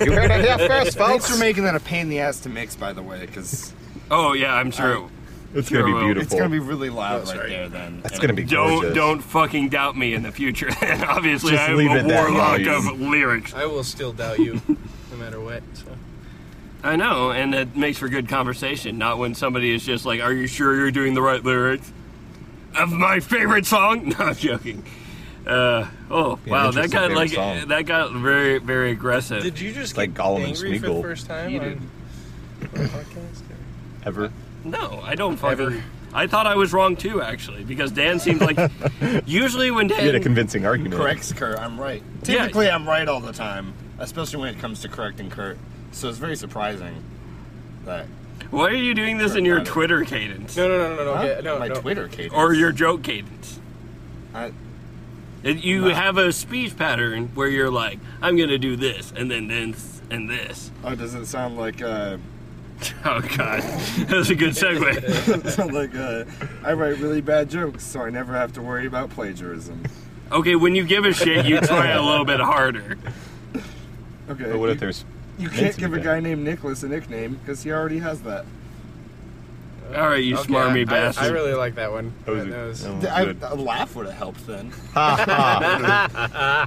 Speaker 4: you heard it here first, folks. Thanks for making that a pain in the ass to mix, by the way, because
Speaker 2: Oh yeah, I'm sure.
Speaker 3: It's
Speaker 2: Sure,
Speaker 3: going to be
Speaker 2: well,
Speaker 3: beautiful.
Speaker 4: it's going to be really loud
Speaker 1: sorry.
Speaker 4: right there then.
Speaker 3: It's gonna be
Speaker 2: Don't
Speaker 3: gorgeous.
Speaker 2: don't fucking doubt me in the future. Obviously,
Speaker 3: Just
Speaker 2: I'm
Speaker 3: leave
Speaker 2: a
Speaker 3: it that
Speaker 2: warlock
Speaker 3: way.
Speaker 2: of lyrics.
Speaker 1: I will still doubt you, no matter what. So.
Speaker 2: I know, and that makes for good conversation. Not when somebody is just like, "Are you sure you're doing the right lyrics of my favorite song?" No, I'm joking. Uh, oh
Speaker 3: Yeah,
Speaker 2: wow, that
Speaker 3: interesting
Speaker 2: got
Speaker 3: favorite
Speaker 2: like
Speaker 3: song.
Speaker 2: that got very very aggressive.
Speaker 1: Did you just
Speaker 3: like
Speaker 1: get
Speaker 3: Gollum and
Speaker 1: angry for the
Speaker 3: Smeagol.
Speaker 1: first time
Speaker 2: You did.
Speaker 1: on our podcast? or-
Speaker 3: Ever?
Speaker 2: No, I don't fucking.
Speaker 1: Ever.
Speaker 2: I thought I was wrong too, actually, because Dan seemed like usually when Dan
Speaker 3: You had a convincing argument.
Speaker 4: Corrects Kurt, I'm right.
Speaker 2: Yeah.
Speaker 4: Typically, I'm right all the time, especially when it comes to correcting Kurt. So it's very surprising that.
Speaker 2: Why are you doing this in your Twitter cadence
Speaker 1: No, no, no, no, no.
Speaker 4: Huh?
Speaker 1: yeah, no,
Speaker 4: My
Speaker 1: no.
Speaker 4: Twitter cadence.
Speaker 2: or your joke cadence?
Speaker 4: I,
Speaker 2: It- You have a speech pattern where you're like, "I'm gonna do this," and then this, and this.
Speaker 4: oh, does it sound like. Uh,
Speaker 2: Oh god, that's a good segue.
Speaker 4: sound like uh, I write really bad jokes, so I never have to worry about plagiarism.
Speaker 2: Okay, when you give a shit, you try a little bit harder.
Speaker 4: Okay.
Speaker 3: But what
Speaker 4: you,
Speaker 3: if there's.
Speaker 4: you
Speaker 3: meant
Speaker 4: can't
Speaker 3: to
Speaker 4: give
Speaker 3: be
Speaker 4: a
Speaker 3: bad?
Speaker 4: guy named Nicholas a nickname because he already has that.
Speaker 2: All right, you
Speaker 1: Okay,
Speaker 2: smarmy
Speaker 1: I-
Speaker 2: bastard.
Speaker 1: I, I really like that one.
Speaker 3: That was a-
Speaker 1: That was-
Speaker 3: that was
Speaker 4: I,
Speaker 3: good.
Speaker 4: a laugh would have helped then.
Speaker 2: Ha,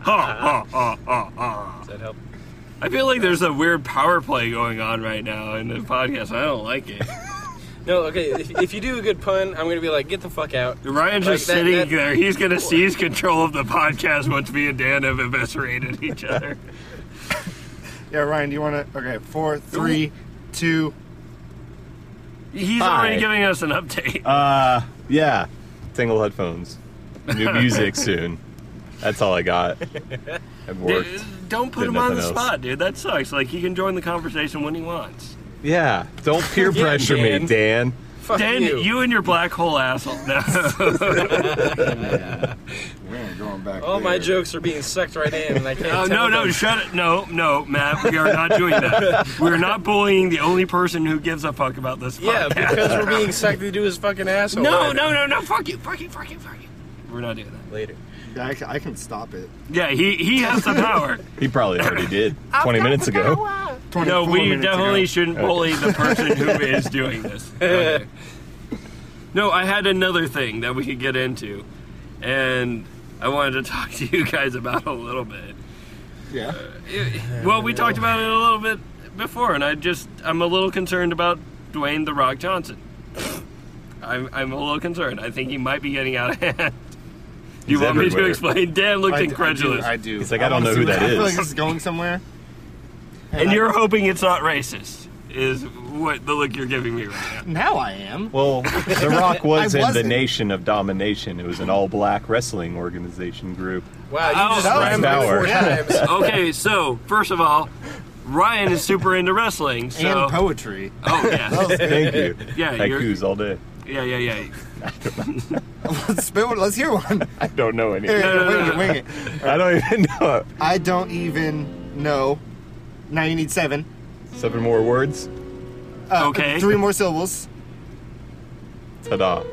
Speaker 2: ha, ha, ha, ha.
Speaker 1: Does that help?
Speaker 2: I feel like there's a weird power play going on right now in the podcast. I don't like it.
Speaker 1: No, okay. If, if you do a good pun, I'm gonna be like, get the fuck out.
Speaker 2: Ryan's
Speaker 1: Like
Speaker 2: just
Speaker 1: that-
Speaker 2: sitting
Speaker 1: that-
Speaker 2: there. He's gonna seize control of the podcast once me and Dan have eviscerated each other.
Speaker 4: Yeah, Ryan, do you want to? Okay, four, three, two.
Speaker 2: He's
Speaker 3: Hi.
Speaker 2: already giving us an update.
Speaker 3: Uh, yeah. Tangle Headphones. New music soon. That's all I got. I've worked.
Speaker 2: Dude, don't put
Speaker 3: Did
Speaker 2: him on the
Speaker 3: nothing else.
Speaker 2: spot, dude. That sucks. Like he can join the conversation when he wants.
Speaker 3: Yeah. Don't peer
Speaker 1: Yeah,
Speaker 3: pressure
Speaker 1: Dan.
Speaker 3: me, Dan.
Speaker 1: Fuck
Speaker 2: Dan,
Speaker 1: you.
Speaker 2: you. and your black hole asshole. No.
Speaker 4: We ain't going back.
Speaker 1: All Oh, my
Speaker 4: there.
Speaker 1: jokes are being sucked right in, and I can't.
Speaker 2: Oh, no,
Speaker 1: tell
Speaker 2: no,
Speaker 1: them.
Speaker 2: shut it. No, no, Matt, we are not doing that. We're not bullying the only person who gives a fuck about this
Speaker 1: Yeah,
Speaker 2: podcast.
Speaker 1: because we're being sucked into his fucking asshole.
Speaker 2: No,
Speaker 1: right
Speaker 2: no, no, no, fuck you, fuck you, fuck you, fuck you. We're not doing that.
Speaker 1: now. Later.
Speaker 4: Yeah, I, ca- I can stop it.
Speaker 2: Yeah, he, he has the power.
Speaker 3: He probably already did 20 minutes ago.
Speaker 2: No,
Speaker 4: 24
Speaker 2: we
Speaker 4: minutes
Speaker 2: definitely
Speaker 4: ago.
Speaker 2: shouldn't bully the person who is doing this. Okay. No, I had another thing that we could get into, and I wanted to talk to you guys about a little bit.
Speaker 4: Yeah.
Speaker 2: Well, we talked about it a little bit before, and I just I'm a little concerned about Dwayne the Rock Johnson. I'm I'm a little concerned. I think he might be getting out of hand. Do you
Speaker 3: He's
Speaker 2: want me to
Speaker 3: everywhere.
Speaker 2: explain? Dan looked
Speaker 4: I d- I do-
Speaker 2: incredulous,
Speaker 4: I do.
Speaker 3: He's like, I don't
Speaker 4: wanna
Speaker 3: know
Speaker 4: see
Speaker 3: who
Speaker 4: what-
Speaker 3: that
Speaker 4: I feel
Speaker 3: is.
Speaker 4: like this is going somewhere.
Speaker 2: and you're hoping it's not racist. is what the look you're giving me right now.
Speaker 4: Now I am.
Speaker 3: Well, The Rock was
Speaker 4: I
Speaker 3: in the
Speaker 4: wasn't.
Speaker 3: Nation of Domination. It was an all black westling organization group.
Speaker 1: Wow, you
Speaker 2: Oh,
Speaker 1: just
Speaker 2: that was
Speaker 1: rhymed like
Speaker 3: Bauer.
Speaker 1: four times.
Speaker 2: Okay, so first of all, Ryan is super into wrestling. So
Speaker 4: And poetry.
Speaker 2: oh yeah,
Speaker 3: Thank you.
Speaker 2: Yeah, you're-
Speaker 3: Haikus all day.
Speaker 2: yeah, yeah, yeah.
Speaker 4: Let's spit one. Let's hear one.
Speaker 3: I don't know any.
Speaker 4: Here,
Speaker 2: No, no,
Speaker 4: wing
Speaker 2: no,
Speaker 4: it,
Speaker 2: no.
Speaker 4: wing it.
Speaker 3: I don't even know it.
Speaker 4: I don't even know. Now you need seven.
Speaker 3: Seven more words.
Speaker 4: Uh,
Speaker 2: Okay.
Speaker 4: Three more syllables.
Speaker 3: Ta da.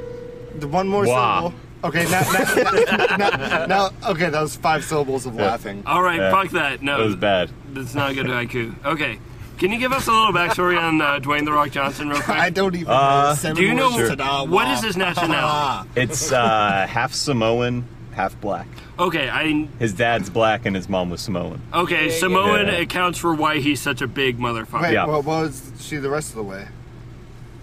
Speaker 4: The one more
Speaker 3: Wah.
Speaker 4: syllable. Okay, now, now, now, now, okay, that was five syllables of
Speaker 3: Yeah.
Speaker 4: laughing.
Speaker 2: All right,
Speaker 3: Yeah.
Speaker 2: fuck that.
Speaker 3: That
Speaker 2: No,
Speaker 3: was bad.
Speaker 2: that's not a good haiku. Okay, can you give us a little backstory on uh, Dwayne the Rock Johnson real quick?
Speaker 4: I don't even
Speaker 3: Uh,
Speaker 4: know. Seven
Speaker 2: do you know
Speaker 4: words. Ta-da,
Speaker 2: what
Speaker 4: wah.
Speaker 2: is his nationality?
Speaker 3: It's uh, half Samoan, half black.
Speaker 2: Okay, I
Speaker 3: His dad's black and his mom was Samoan.
Speaker 2: okay.
Speaker 1: Yeah, yeah.
Speaker 2: Samoan
Speaker 3: Yeah.
Speaker 2: accounts for why he's such a big motherfucker.
Speaker 4: Wait,
Speaker 3: Uh, Yeah.
Speaker 4: well, what was she the rest of the way?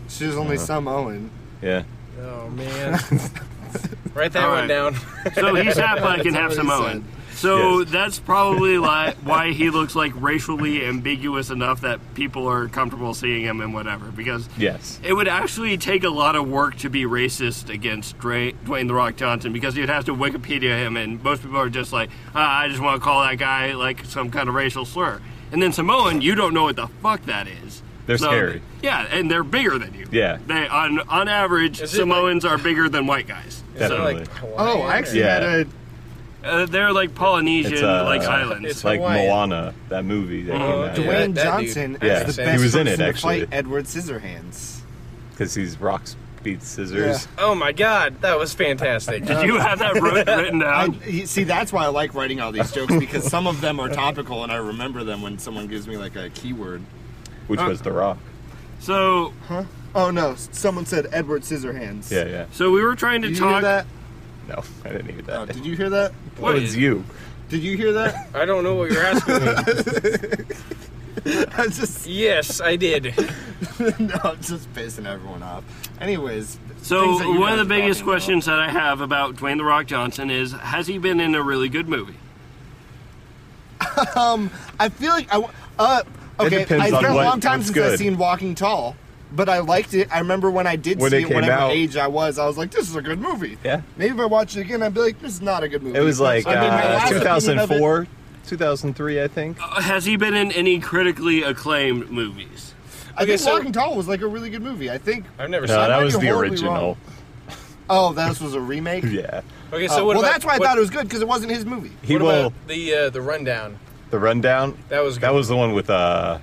Speaker 4: She was
Speaker 3: Uh-huh.
Speaker 4: only some Owen.
Speaker 3: Yeah.
Speaker 1: Oh man. Write that
Speaker 2: All
Speaker 1: one
Speaker 2: right.
Speaker 1: down.
Speaker 2: So he's half black and half
Speaker 4: That's what he
Speaker 2: Samoan. So
Speaker 3: Yes.
Speaker 2: that's probably li- why he looks like racially ambiguous enough that people are comfortable seeing him and whatever. Because
Speaker 3: Yes.
Speaker 2: it would actually take a lot of work to be racist against Dwayne, Dwayne the Rock Johnson because you'd have to Wikipedia him, and most people are just like, ah, I just want to call that guy like some kind of racial slur. And then Samoan, you don't know what the fuck that is.
Speaker 3: They're scary.
Speaker 2: Yeah, and they're bigger than you.
Speaker 3: Yeah.
Speaker 2: They on on average,
Speaker 1: Is it like-
Speaker 2: Samoans are bigger than white guys.
Speaker 1: Is it,
Speaker 3: Definitely.
Speaker 1: like
Speaker 4: Oh,
Speaker 1: Hawaiian
Speaker 4: I actually
Speaker 1: or-
Speaker 3: Yeah.
Speaker 4: had
Speaker 2: Uh, they're like Polynesian,
Speaker 3: It's, uh,
Speaker 2: like
Speaker 3: uh,
Speaker 2: islands.
Speaker 1: it's-
Speaker 3: Like
Speaker 1: Hawaiian.
Speaker 3: Moana, that movie that
Speaker 1: Oh,
Speaker 3: came
Speaker 4: a
Speaker 3: out.
Speaker 1: Yeah,
Speaker 4: Dwayne
Speaker 1: that dude.
Speaker 4: Johnson
Speaker 3: Yeah,
Speaker 4: as the
Speaker 1: he
Speaker 4: best
Speaker 3: was in it,
Speaker 4: person
Speaker 3: actually.
Speaker 4: to fight Edward Scissorhands.
Speaker 3: Because he's rocks, beats scissors.
Speaker 1: Oh my god, that was fantastic.
Speaker 2: Did you have that wrote, written
Speaker 4: I,
Speaker 2: down?
Speaker 4: you see, that's why I like writing all these jokes because some of them are topical and I remember them when someone gives me like a keyword.
Speaker 3: Which was The Rock.
Speaker 2: So,
Speaker 4: Huh? Oh no! s- Someone said Edward Scissorhands.
Speaker 3: Yeah, yeah.
Speaker 2: so we were trying to
Speaker 4: Did you hear
Speaker 2: talk.
Speaker 4: that?
Speaker 3: No, I didn't hear
Speaker 4: Oh,
Speaker 3: that.
Speaker 4: did you hear that?
Speaker 3: What is you?
Speaker 4: Did you hear that?
Speaker 1: Uh, I don't know what you're asking me.
Speaker 4: I was just
Speaker 1: yes, I did.
Speaker 4: no, I'm just pissing everyone off. Anyways,
Speaker 2: So
Speaker 4: things that you
Speaker 2: one of
Speaker 4: guys
Speaker 2: the
Speaker 4: are
Speaker 2: biggest
Speaker 4: talking about.
Speaker 2: questions that I have about Dwayne the Rock Johnson is: Has he been in a really good movie?
Speaker 4: I feel like I w- uh okay. It
Speaker 3: depends
Speaker 4: it's
Speaker 3: on
Speaker 4: been a
Speaker 3: what-
Speaker 4: long time
Speaker 3: what's
Speaker 4: since
Speaker 3: good.
Speaker 4: I've seen Walking Tall, but I liked it. I remember when I did
Speaker 3: When
Speaker 4: see
Speaker 3: it
Speaker 4: it,
Speaker 3: came
Speaker 4: whatever
Speaker 3: out.
Speaker 4: age I was, I was like, "This is a good movie."
Speaker 3: Yeah.
Speaker 4: Maybe if I watch it again, I'd be like, "This is not a good movie."
Speaker 3: It was like
Speaker 4: I mean, my
Speaker 3: uh,
Speaker 4: last opinion of it-
Speaker 3: 2004, 2003, I think.
Speaker 2: Uh, Has he been in any critically acclaimed
Speaker 4: Uh,
Speaker 2: movies?
Speaker 4: I
Speaker 1: Okay,
Speaker 4: think
Speaker 1: so-
Speaker 4: Walking Tall was like a really good movie. I think.
Speaker 1: I've never
Speaker 3: No,
Speaker 1: seen
Speaker 3: that
Speaker 4: might
Speaker 3: was
Speaker 4: be
Speaker 3: the
Speaker 4: horribly
Speaker 3: original.
Speaker 4: wrong. Oh, this was a remake.
Speaker 3: Yeah.
Speaker 1: it. Okay,
Speaker 4: Uh,
Speaker 1: so what
Speaker 4: well,
Speaker 1: about,
Speaker 4: that's why I
Speaker 1: what-
Speaker 4: thought it was good because it wasn't his movie.
Speaker 3: He
Speaker 1: what
Speaker 3: will.
Speaker 1: about the uh, the rundown?
Speaker 3: The rundown.
Speaker 1: That was
Speaker 3: That
Speaker 1: good.
Speaker 3: was the one with uh.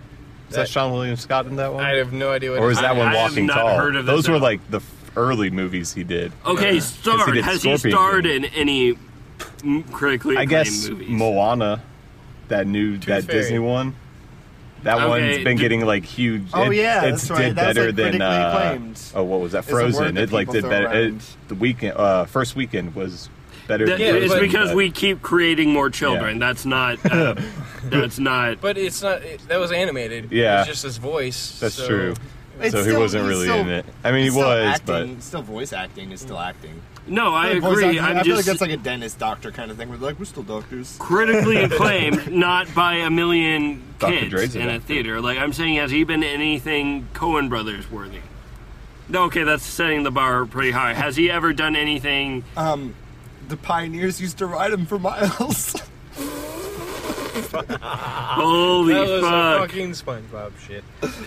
Speaker 3: Is that
Speaker 1: That-
Speaker 3: Sean William Scott in that one?
Speaker 1: I have no idea what
Speaker 3: or is
Speaker 1: it-
Speaker 3: that
Speaker 2: I-
Speaker 3: one
Speaker 2: I have
Speaker 3: Walking
Speaker 2: not
Speaker 3: Tall?
Speaker 2: heard of
Speaker 3: Those
Speaker 2: this at
Speaker 3: were
Speaker 2: all.
Speaker 3: like the f- early movies he did.
Speaker 2: Okay,
Speaker 3: Has he
Speaker 2: starred.
Speaker 3: did
Speaker 2: Has he
Speaker 3: Scorpion
Speaker 2: starred in
Speaker 3: King.
Speaker 2: any m- critically
Speaker 3: I
Speaker 2: acclaimed
Speaker 3: guess
Speaker 2: movies?
Speaker 3: Moana, that new that
Speaker 1: Fairy.
Speaker 3: Disney one. That
Speaker 2: Okay,
Speaker 3: one's been
Speaker 2: did-
Speaker 3: getting like huge.
Speaker 4: Oh, yeah,
Speaker 3: it's
Speaker 4: that's right.
Speaker 3: did
Speaker 4: That's,
Speaker 3: better
Speaker 4: like,
Speaker 3: than
Speaker 4: critically
Speaker 3: uh,
Speaker 4: acclaimed.
Speaker 3: oh what was that
Speaker 4: a word
Speaker 3: Frozen?
Speaker 4: that
Speaker 3: It like
Speaker 4: people
Speaker 3: did
Speaker 4: throw
Speaker 3: better. It,
Speaker 4: around.
Speaker 3: the weekend uh, first weekend was better.
Speaker 2: That-
Speaker 1: Yeah,
Speaker 3: than
Speaker 2: it's
Speaker 1: but-
Speaker 3: Frozen,
Speaker 2: because
Speaker 3: but-
Speaker 2: we keep creating more children. That's not. Uh, that's not.
Speaker 1: But it's not. It, that was animated.
Speaker 3: Yeah.
Speaker 1: It's just his voice.
Speaker 3: That's
Speaker 1: so-
Speaker 3: true.
Speaker 4: It's
Speaker 3: so he
Speaker 4: still-
Speaker 3: wasn't
Speaker 4: he's
Speaker 3: really
Speaker 4: still-
Speaker 3: in it. I mean, he
Speaker 4: It's still
Speaker 3: was,
Speaker 4: acting, still voice acting is still acting.
Speaker 2: No, I
Speaker 4: Like voice
Speaker 2: agree.
Speaker 4: acting,
Speaker 2: I'm
Speaker 4: I feel like
Speaker 2: just
Speaker 4: that's like a dentist doctor kind of thing. We're like, we're still doctors.
Speaker 2: critically acclaimed, not by a million
Speaker 3: Dr.
Speaker 2: kids
Speaker 3: Dre's a
Speaker 2: in a
Speaker 3: doctor.
Speaker 2: theater. Like I'm saying, has he been anything Cohen Brothers worthy? No, okay, that's setting the bar pretty high. Has he ever done anything?
Speaker 4: Um, the pioneers used to ride him for miles.
Speaker 2: Holy
Speaker 1: That was a
Speaker 2: fuck,
Speaker 1: fucking SpongeBob shit.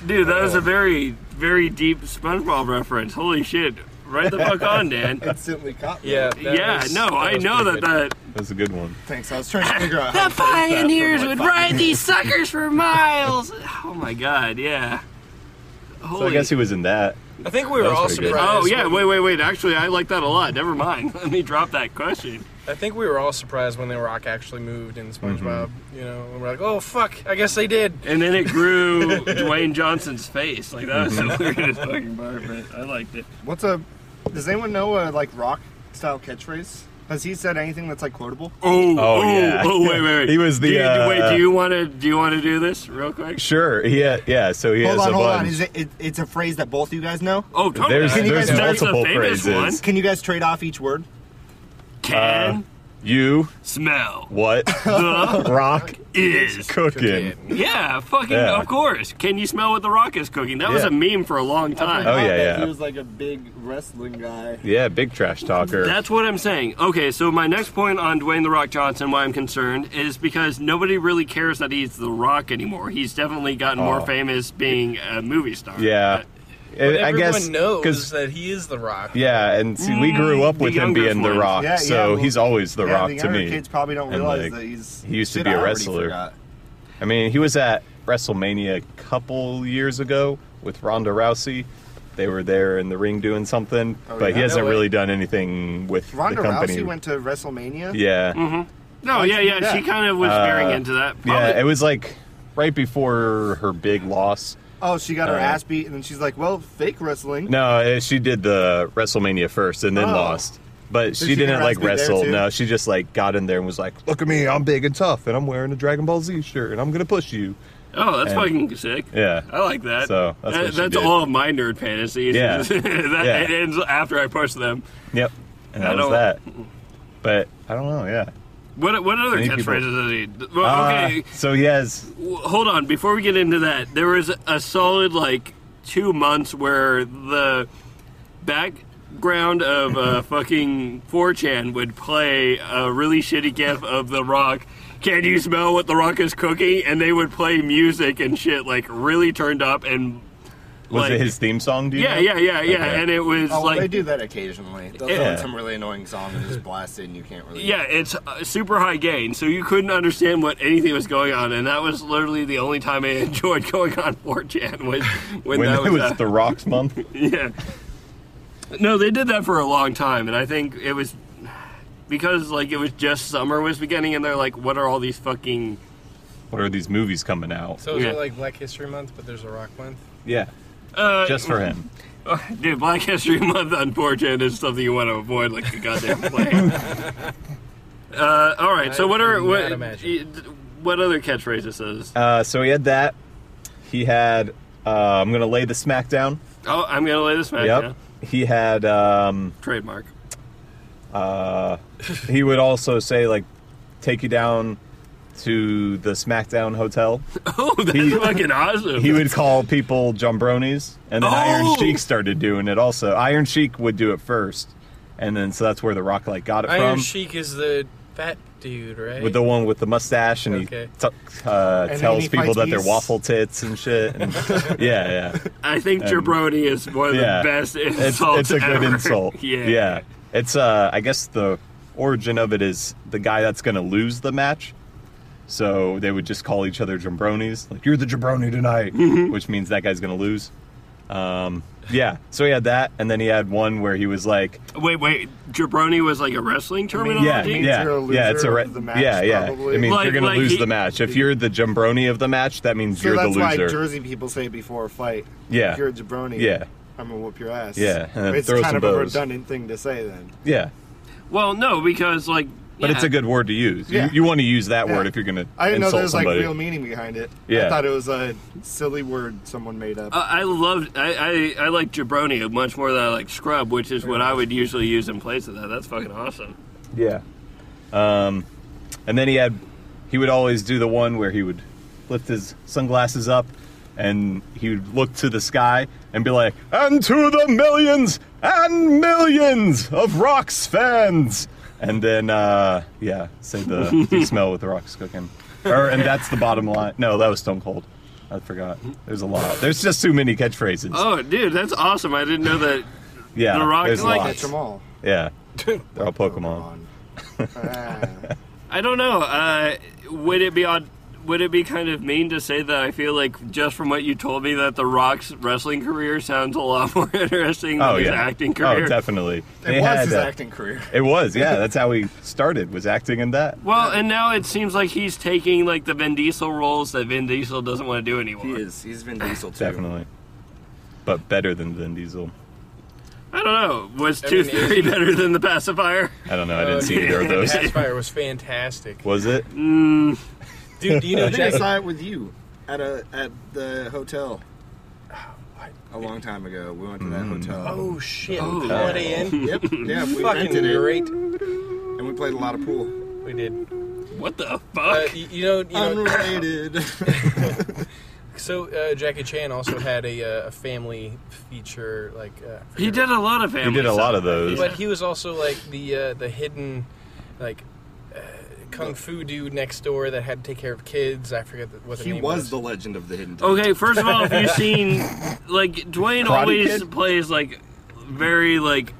Speaker 2: dude! That was a very, very deep SpongeBob reference. Holy shit! Right the fuck on, Dan.
Speaker 4: Instantly caught. me.
Speaker 1: Yeah. that
Speaker 2: yeah,
Speaker 1: was-
Speaker 2: no, I
Speaker 1: was
Speaker 2: know
Speaker 1: pretty
Speaker 2: that that.
Speaker 3: but that's a good one.
Speaker 4: Thanks. I was trying to figure out.
Speaker 2: The
Speaker 4: how to phrase that for
Speaker 2: pioneers
Speaker 4: like
Speaker 2: would
Speaker 4: five
Speaker 2: ride these suckers for miles. Oh my god, yeah. Holy.
Speaker 3: So I guess he was in that.
Speaker 1: good. I think we were
Speaker 3: That was
Speaker 1: all
Speaker 3: pretty good.
Speaker 1: surprised.
Speaker 2: Oh yeah,
Speaker 1: when-
Speaker 2: wait, wait, wait. Actually, I like that a lot. Never mind. Let me drop that question.
Speaker 1: I think we were all surprised when The Rock actually moved in
Speaker 3: Mm-hmm.
Speaker 1: SpongeBob. You know, and we're like, oh fuck, I guess they did.
Speaker 2: And then it grew Dwayne Johnson's face. Like that was the
Speaker 3: Mm-hmm.
Speaker 2: weirdest fucking part, but I liked it.
Speaker 4: What's a? Does anyone know a like rock style catchphrase? Has he said anything that's like quotable?
Speaker 2: Oh,
Speaker 3: Oh, yeah.
Speaker 2: oh, wait, wait, wait.
Speaker 3: He was the,
Speaker 2: Do you, do- wait,
Speaker 3: uh,
Speaker 2: do you want to do you want to do this real quick?
Speaker 3: Sure. Yeah. Yeah. So he
Speaker 4: hold
Speaker 3: has
Speaker 4: on,
Speaker 3: a
Speaker 4: hold
Speaker 3: bunch.
Speaker 4: on. Is it, it, it's a phrase that both you guys know.
Speaker 2: Oh, totally.
Speaker 3: There's-
Speaker 1: there's
Speaker 2: a
Speaker 1: multiple
Speaker 2: famous
Speaker 3: phrases. Uh,
Speaker 2: One.
Speaker 4: Can you guys trade off each word?
Speaker 2: Can
Speaker 3: You
Speaker 2: Smell
Speaker 3: what? Rock
Speaker 2: is
Speaker 3: cooking.
Speaker 1: Cooking.
Speaker 2: yeah, fucking
Speaker 3: Yeah.
Speaker 2: of course. Can you smell what the rock is cooking? That was
Speaker 3: Yeah.
Speaker 2: a meme for a long time.
Speaker 3: Oh, yeah,
Speaker 4: That
Speaker 3: yeah.
Speaker 4: He was like a big wrestling guy.
Speaker 3: Yeah, big trash talker.
Speaker 2: That's what I'm saying. Okay, so my next point on Dwayne the Rock Johnson, why I'm concerned, is because nobody really cares that he's the Rock anymore. He's definitely gotten more
Speaker 3: Oh.
Speaker 2: famous being a movie star. Uh,
Speaker 3: yeah. And I
Speaker 1: Everyone
Speaker 3: guess
Speaker 1: knows that he is the Rock.
Speaker 3: yeah, and see, we
Speaker 4: Mm,
Speaker 3: grew up
Speaker 2: the
Speaker 3: with him
Speaker 2: younger
Speaker 3: being the
Speaker 2: ones.
Speaker 3: Rock,
Speaker 4: Yeah,
Speaker 3: so
Speaker 4: yeah, well,
Speaker 3: he's always the
Speaker 4: yeah,
Speaker 3: Rock
Speaker 4: the
Speaker 3: to
Speaker 4: younger
Speaker 3: me.
Speaker 4: Kids probably don't
Speaker 3: And,
Speaker 4: realize
Speaker 3: like,
Speaker 4: that he's.
Speaker 3: he used to
Speaker 4: shit,
Speaker 3: be a
Speaker 4: I already
Speaker 3: wrestler.
Speaker 4: forgot.
Speaker 3: I mean, he was at WrestleMania a couple years ago with Ronda Rousey. They were there in the ring doing something,
Speaker 4: Oh,
Speaker 3: but
Speaker 4: yeah.
Speaker 3: he hasn't
Speaker 1: No way.
Speaker 3: really done anything with
Speaker 4: Ronda
Speaker 3: the company.
Speaker 4: Rousey went to WrestleMania.
Speaker 3: yeah,
Speaker 1: Mm-hmm.
Speaker 2: No, yeah, yeah.
Speaker 4: Yeah.
Speaker 2: She kind of was
Speaker 3: Uh,
Speaker 2: veering into that. Probably-
Speaker 3: yeah. It was like right before her big loss.
Speaker 4: Oh, she got her
Speaker 3: Uh,
Speaker 4: ass beat, and then she's like, "Well, fake wrestling."
Speaker 3: No, eh, she did the WrestleMania first and then
Speaker 4: Oh.
Speaker 3: lost. But she,
Speaker 4: she get
Speaker 3: didn't
Speaker 4: her ass
Speaker 3: like
Speaker 4: beat there,
Speaker 3: wrestle.
Speaker 4: too?
Speaker 3: No, she just like got in there and was like, "Look at me, I'm big and tough, and I'm wearing a Dragon Ball Z shirt, and I'm gonna push you."
Speaker 2: Oh, that's
Speaker 3: And-
Speaker 2: fucking sick.
Speaker 3: Yeah.
Speaker 2: I like that.
Speaker 3: So, that's
Speaker 2: That-
Speaker 3: what she
Speaker 2: that's
Speaker 3: did.
Speaker 2: all of my nerd fantasies.
Speaker 3: Yeah.
Speaker 2: that
Speaker 3: Yeah.
Speaker 2: It ends after I push them.
Speaker 3: Yep. And that
Speaker 2: I
Speaker 3: was
Speaker 2: don't-
Speaker 3: that. But I don't know. Yeah.
Speaker 2: What what other
Speaker 3: Many people-
Speaker 2: catchphrases does he? d- Well, okay,
Speaker 3: Uh, so he has
Speaker 2: w- hold on. Before we get into that, there was a solid like two months where the background of uh, fucking 4chan would play a really shitty gif of The Rock. Can you smell what The Rock is cooking? And they would play music and shit like really turned up and
Speaker 3: Was
Speaker 2: like
Speaker 3: it his theme song? Do you
Speaker 2: Yeah,
Speaker 3: know?
Speaker 2: yeah, yeah, yeah.
Speaker 3: Okay.
Speaker 2: And it was
Speaker 4: Oh, well, they
Speaker 2: like,
Speaker 4: do that occasionally. They'll throw
Speaker 2: Yeah.
Speaker 4: in some really annoying song and just blast it, and you can't really.
Speaker 2: yeah, it's uh, super high gain, so you couldn't understand what anything was going on, and that was literally the only time I enjoyed going on 4chan was when,
Speaker 3: When
Speaker 2: that was,
Speaker 3: it was
Speaker 2: uh,
Speaker 3: the Rocks month.
Speaker 2: yeah. No, they did that for a long time, and I think it was because like it was just summer was beginning, and they're like, what are all these fucking
Speaker 3: What are these movies coming out?
Speaker 1: So is
Speaker 2: Yeah.
Speaker 1: it like Black History Month, but there's a Rock Month?
Speaker 3: yeah,
Speaker 2: uh,
Speaker 3: just for him.
Speaker 2: Dude, Black History Month on 4chan is something you want to avoid like the goddamn plague. uh, all right, so
Speaker 1: I
Speaker 2: what are
Speaker 1: cannot
Speaker 2: what
Speaker 1: imagine.
Speaker 2: what other catchphrases says?
Speaker 3: Uh, so he had that. He had. Uh, I'm gonna lay the smack down.
Speaker 2: Oh, I'm gonna lay this back.
Speaker 3: Yep.
Speaker 2: yeah.
Speaker 3: He had. Um,
Speaker 2: Trademark.
Speaker 3: uh, he would also say like, take you down to the SmackDown hotel.
Speaker 2: Oh, that's
Speaker 3: He-
Speaker 2: fucking awesome.
Speaker 3: He would call people jumbronies, and then
Speaker 2: Oh!
Speaker 3: Iron Sheik started doing it. Also, Iron Sheik would do it first, and then so that's where the Rock like got it
Speaker 1: Iron
Speaker 3: from.
Speaker 1: Sheik is the fat dude, right?
Speaker 3: with the one with the mustache, and
Speaker 1: Okay.
Speaker 3: he t- uh,
Speaker 4: then
Speaker 3: tells
Speaker 4: he
Speaker 3: people
Speaker 4: fights
Speaker 3: that they're
Speaker 4: beasts.
Speaker 3: waffle tits and shit. And yeah, yeah,
Speaker 2: I think jabroni is one of
Speaker 3: yeah.
Speaker 2: the best
Speaker 3: it's,
Speaker 2: insults
Speaker 3: it's a good
Speaker 2: ever.
Speaker 3: insult.
Speaker 2: yeah.
Speaker 3: yeah. It's uh, I guess the origin of it is the guy that's gonna lose the match. So they would just call each other jabronis, like you're the jabroni tonight,
Speaker 4: Mm-hmm.
Speaker 3: which means that guy's gonna lose. Um, yeah. So he had that, and then he had one where he was like,
Speaker 2: Wait, wait. Jabroni was like a wrestling terminology.
Speaker 3: yeah,
Speaker 4: means
Speaker 3: yeah,
Speaker 4: you're a
Speaker 3: yeah. It's a
Speaker 4: Oh, loser
Speaker 3: re-
Speaker 4: of the match,
Speaker 3: yeah, yeah.
Speaker 4: probably.
Speaker 3: It means
Speaker 2: Like-
Speaker 3: you're gonna
Speaker 2: like
Speaker 3: lose
Speaker 2: he-
Speaker 3: the match. If you're the jabroni of the match, that means
Speaker 4: So
Speaker 3: you're the
Speaker 4: that's
Speaker 3: loser.
Speaker 4: why Jersey people say before a fight,
Speaker 3: Yeah.
Speaker 4: if you're a jabroni,
Speaker 3: Yeah.
Speaker 4: I'm gonna whoop your ass.
Speaker 3: Yeah, and then
Speaker 4: it's
Speaker 3: throw
Speaker 4: kind
Speaker 3: some
Speaker 4: of a
Speaker 3: bows.
Speaker 4: redundant thing to say then.
Speaker 3: yeah,
Speaker 2: Well, no, because like.
Speaker 3: but
Speaker 2: yeah.
Speaker 3: it's a good word to use. You,
Speaker 4: Yeah.
Speaker 3: you want to use that
Speaker 4: Yeah.
Speaker 3: word if you're gonna
Speaker 4: I didn't know
Speaker 3: insult
Speaker 4: there was like
Speaker 3: somebody.
Speaker 4: real meaning behind it.
Speaker 3: Yeah.
Speaker 4: I thought it was a silly word someone made up.
Speaker 2: Uh, I love I, I I like jabroni much more than I like scrub, which is what I would usually use in place of that. That's fucking awesome.
Speaker 3: Yeah. Um, and then he had, he would always do the one where he would lift his sunglasses up and he would look to the sky and be like, and to the millions and millions of Rocks fans. And then, uh, yeah, say the, the smell with the Rocks cooking. Or, and that's the bottom line. No, that was Stone Cold. I forgot. There's a lot. There's just too many catchphrases.
Speaker 2: Oh, dude, that's awesome. I didn't know that.
Speaker 3: yeah,
Speaker 2: The Rock
Speaker 3: there's
Speaker 2: like-
Speaker 4: Catch
Speaker 3: lots.
Speaker 4: them all.
Speaker 3: Yeah, they're all Pokemon.
Speaker 4: Ah.
Speaker 2: I don't know. Uh, would it be odd? Would it be kind of mean to say that I feel like just from what you told me that The Rock's wrestling career sounds a lot more interesting than
Speaker 3: Oh
Speaker 2: his
Speaker 3: yeah,
Speaker 2: acting career?
Speaker 3: Oh, definitely.
Speaker 4: it was his acting career.
Speaker 3: It was, yeah. That's how he started, was acting in that.
Speaker 2: Well, and now it seems like he's taking like the Vin Diesel roles that Vin Diesel doesn't want to do anymore.
Speaker 4: He is. He's Vin Diesel too.
Speaker 3: Definitely. But better than Vin Diesel.
Speaker 2: I don't know. Was
Speaker 1: I
Speaker 2: Tooth
Speaker 1: mean,
Speaker 2: Fairy better than the pacifier?
Speaker 3: I don't know. I
Speaker 2: Oh,
Speaker 3: didn't
Speaker 1: Oh,
Speaker 3: see either of those.
Speaker 1: Pacifier was fantastic.
Speaker 3: Was it?
Speaker 1: Dude, do you know
Speaker 4: I think I
Speaker 1: Jack?
Speaker 4: saw it with you at a at the hotel. Oh, A long time ago, we went to
Speaker 3: Mm.
Speaker 4: that hotel.
Speaker 1: Oh shit!
Speaker 2: Oh.
Speaker 1: Holiday Inn.
Speaker 4: Yep. Yeah, we
Speaker 1: Fucking
Speaker 4: rented it
Speaker 1: great.
Speaker 4: and we played a lot of pool.
Speaker 1: We did.
Speaker 2: What the fuck?
Speaker 1: Uh, y- you know, you know
Speaker 2: Um,
Speaker 4: Unrelated.
Speaker 1: so uh, Jackie Chan also had a, uh, a family feature, like uh, I
Speaker 2: he
Speaker 1: forget-
Speaker 2: did a lot of
Speaker 3: He
Speaker 2: family.
Speaker 3: did a lot of
Speaker 2: stuff.
Speaker 3: those.
Speaker 1: But he was also like the uh, the hidden, like, uh, kung fu dude next door that had to take care of kids. I forget what the
Speaker 4: he
Speaker 1: name
Speaker 4: was the legend of the hidden. Temple.
Speaker 2: Okay, first of all, if you've seen, like Dwayne
Speaker 3: Karate
Speaker 2: always
Speaker 3: Kid?
Speaker 2: plays like very like.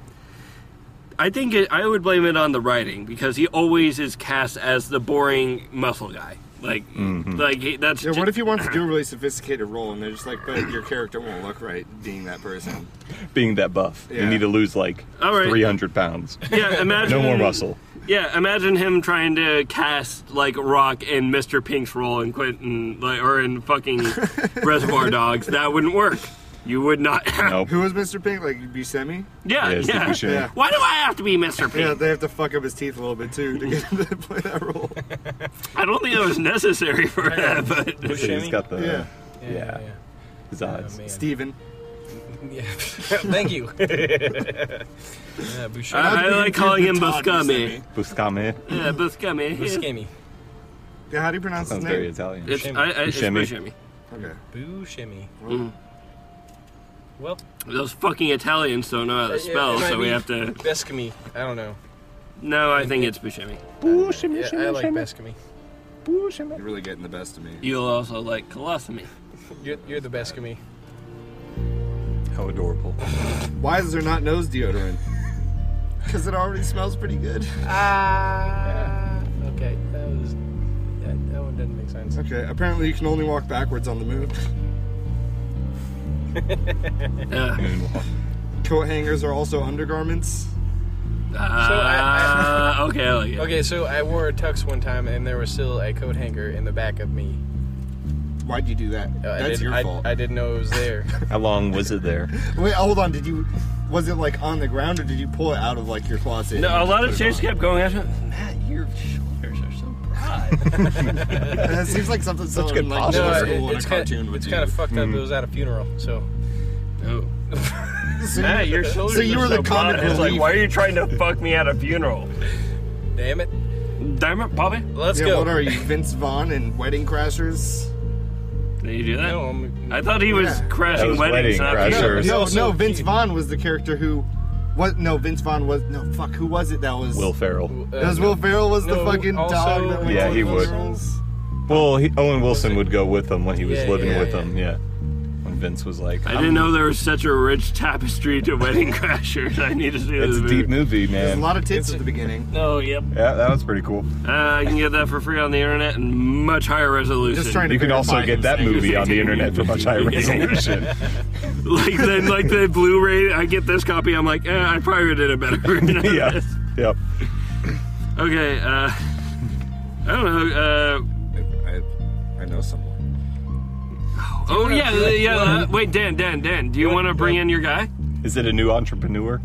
Speaker 2: I think it, I would blame it on the writing because he always is cast as the boring muscle guy. Like,
Speaker 3: Mm-hmm.
Speaker 2: like he, that's
Speaker 4: Yeah,
Speaker 2: ju-
Speaker 4: what if you want to do a really sophisticated role and they're just like, but your character won't look right being that person?
Speaker 3: Being that buff, you
Speaker 4: Yeah.
Speaker 3: need to lose like
Speaker 2: All right.
Speaker 3: 300 pounds.
Speaker 2: yeah, imagine
Speaker 3: No more muscle.
Speaker 2: Yeah, imagine him trying to cast like Rock in Mr. Pink's role in Quentin, like, or in fucking Reservoir Dogs. That wouldn't work. You would not.
Speaker 3: Nope.
Speaker 4: Who was Mr. Pink? Like Buscemi?
Speaker 2: yeah,
Speaker 3: Yes,
Speaker 2: yeah.
Speaker 3: you should.
Speaker 4: Yeah.
Speaker 2: Why do I have to be Mr.
Speaker 4: Yeah,
Speaker 2: Pink?
Speaker 4: they have to fuck up his teeth a little bit too to get him to play that role.
Speaker 2: I don't think it was necessary for that, but
Speaker 3: He's got the
Speaker 4: Yeah.
Speaker 1: Yeah.
Speaker 3: yeah. his
Speaker 1: Oh,
Speaker 3: eyes.
Speaker 1: man.
Speaker 4: Steven.
Speaker 1: Yeah. Thank you. yeah, Buscemi.
Speaker 2: I like calling him
Speaker 4: Todd
Speaker 2: Buscemi.
Speaker 3: Buscame.
Speaker 2: Yeah, Buscemi.
Speaker 1: Buscemi.
Speaker 4: Yeah, how do you pronounce
Speaker 3: Sounds
Speaker 4: his
Speaker 3: very
Speaker 4: name?
Speaker 3: Italian.
Speaker 2: It's, I, I, it's
Speaker 3: Buscemi.
Speaker 2: Buscemi.
Speaker 4: Okay.
Speaker 1: Buscemi.
Speaker 2: Mm.
Speaker 4: Well,
Speaker 1: Well,
Speaker 2: Those fucking Italians don't know how to
Speaker 1: it-
Speaker 2: spell,
Speaker 1: it might
Speaker 2: so we
Speaker 1: be
Speaker 2: have to.
Speaker 1: Bescami. I don't know.
Speaker 2: No, I think it's Buscemi.
Speaker 1: Yeah, I like Bescami.
Speaker 4: You're really getting the best of me.
Speaker 2: You'll also like Colostomy.
Speaker 1: You're, you're the Bescami.
Speaker 3: How adorable.
Speaker 4: Why is there not nose deodorant? Because it already smells pretty good.
Speaker 1: Ah. Okay, that was. That, that one doesn't make sense.
Speaker 4: Okay, apparently you can only walk backwards on the moon.
Speaker 2: Uh,
Speaker 4: Coat hangers are also undergarments.
Speaker 1: I-
Speaker 2: uh, okay, I like it.
Speaker 1: Okay, so I wore a tux one time, and there was still a coat hanger in the back of me.
Speaker 4: Why'd you do that?
Speaker 1: Uh, I
Speaker 4: That's
Speaker 1: didn't-
Speaker 4: your
Speaker 1: I,
Speaker 4: fault.
Speaker 1: I didn't know it was there.
Speaker 3: How long was it there?
Speaker 4: Wait, hold on. Did you? Was it like on the ground, or did you pull it out of like your closet? and
Speaker 2: No, a
Speaker 4: just
Speaker 2: lot
Speaker 4: put
Speaker 2: of
Speaker 4: it
Speaker 2: chicks
Speaker 4: on?
Speaker 2: kept going after Matt, your shoulders are so broad.
Speaker 4: That seems like something such
Speaker 3: good
Speaker 4: like
Speaker 3: posture.
Speaker 4: middle
Speaker 1: it-
Speaker 3: No,
Speaker 4: school in
Speaker 1: it's
Speaker 4: a
Speaker 1: kinda-
Speaker 4: cartoon would
Speaker 1: It's
Speaker 4: do.
Speaker 1: kind of fucked
Speaker 3: Hmm.
Speaker 1: up. It was at a funeral, so
Speaker 2: oh.
Speaker 4: So
Speaker 2: Matt,
Speaker 4: you-
Speaker 2: your shoulders
Speaker 4: you
Speaker 2: are
Speaker 4: were the
Speaker 2: so
Speaker 4: comic
Speaker 2: broad. It's like,
Speaker 4: relief.
Speaker 2: why are you trying to fuck me at a funeral?
Speaker 1: damn it.
Speaker 2: Damn it, Bobby.
Speaker 1: Let's
Speaker 4: yeah,
Speaker 1: go.
Speaker 4: what are you, Vince Vaughn and Wedding Crashers?
Speaker 2: Did you do that?
Speaker 1: No, I'm-
Speaker 2: I thought he was
Speaker 4: Yeah.
Speaker 2: crashing
Speaker 3: That was
Speaker 2: weddings.
Speaker 3: wedding
Speaker 2: not
Speaker 3: crasher.
Speaker 2: funerals.
Speaker 4: No,
Speaker 1: also
Speaker 4: no,
Speaker 1: a
Speaker 4: Vince
Speaker 1: kid.
Speaker 4: Vaughn was the character who. What? No, Vince Vaughn was no. Fuck, who was it that was?
Speaker 3: Will Ferrell.
Speaker 1: Uh,
Speaker 4: That was Will Ferrell was
Speaker 1: no,
Speaker 4: the fucking
Speaker 1: also-
Speaker 4: dog that went
Speaker 3: Yeah,
Speaker 4: to
Speaker 3: he
Speaker 4: the
Speaker 3: would.
Speaker 4: funerals?
Speaker 3: Well, he, Owen Wilson would go with him when he was
Speaker 1: Yeah,
Speaker 3: living
Speaker 1: yeah,
Speaker 3: with
Speaker 1: yeah.
Speaker 3: him. Yeah. When Vince was like,
Speaker 2: I didn't know there was such a rich tapestry to wedding crashers. I need to see
Speaker 3: "It's
Speaker 2: this
Speaker 3: a
Speaker 2: movie.
Speaker 3: deep movie,
Speaker 4: There's a
Speaker 3: man."
Speaker 4: lot of tits at the beginning.
Speaker 2: Oh,
Speaker 1: No, yep.
Speaker 3: Yeah, that was pretty cool.
Speaker 2: Uh, I can get that for free on the internet and much higher resolution.
Speaker 4: Just trying to.
Speaker 3: You can also
Speaker 4: verify
Speaker 3: get
Speaker 4: him
Speaker 3: that
Speaker 4: saying-
Speaker 3: movie on the internet for much higher resolution.
Speaker 2: like then, like the Blu-ray. I get this copy. I'm like, eh, I probably did a better. version of
Speaker 3: yeah.
Speaker 2: this.
Speaker 3: Yep.
Speaker 2: Okay. Uh, I don't know. Uh,
Speaker 4: I, I know someone.
Speaker 2: Oh yeah, yeah. yeah. Wait, Dan, Dan, Dan. Do you want to bring in your guy?
Speaker 3: Is it a new entrepreneur?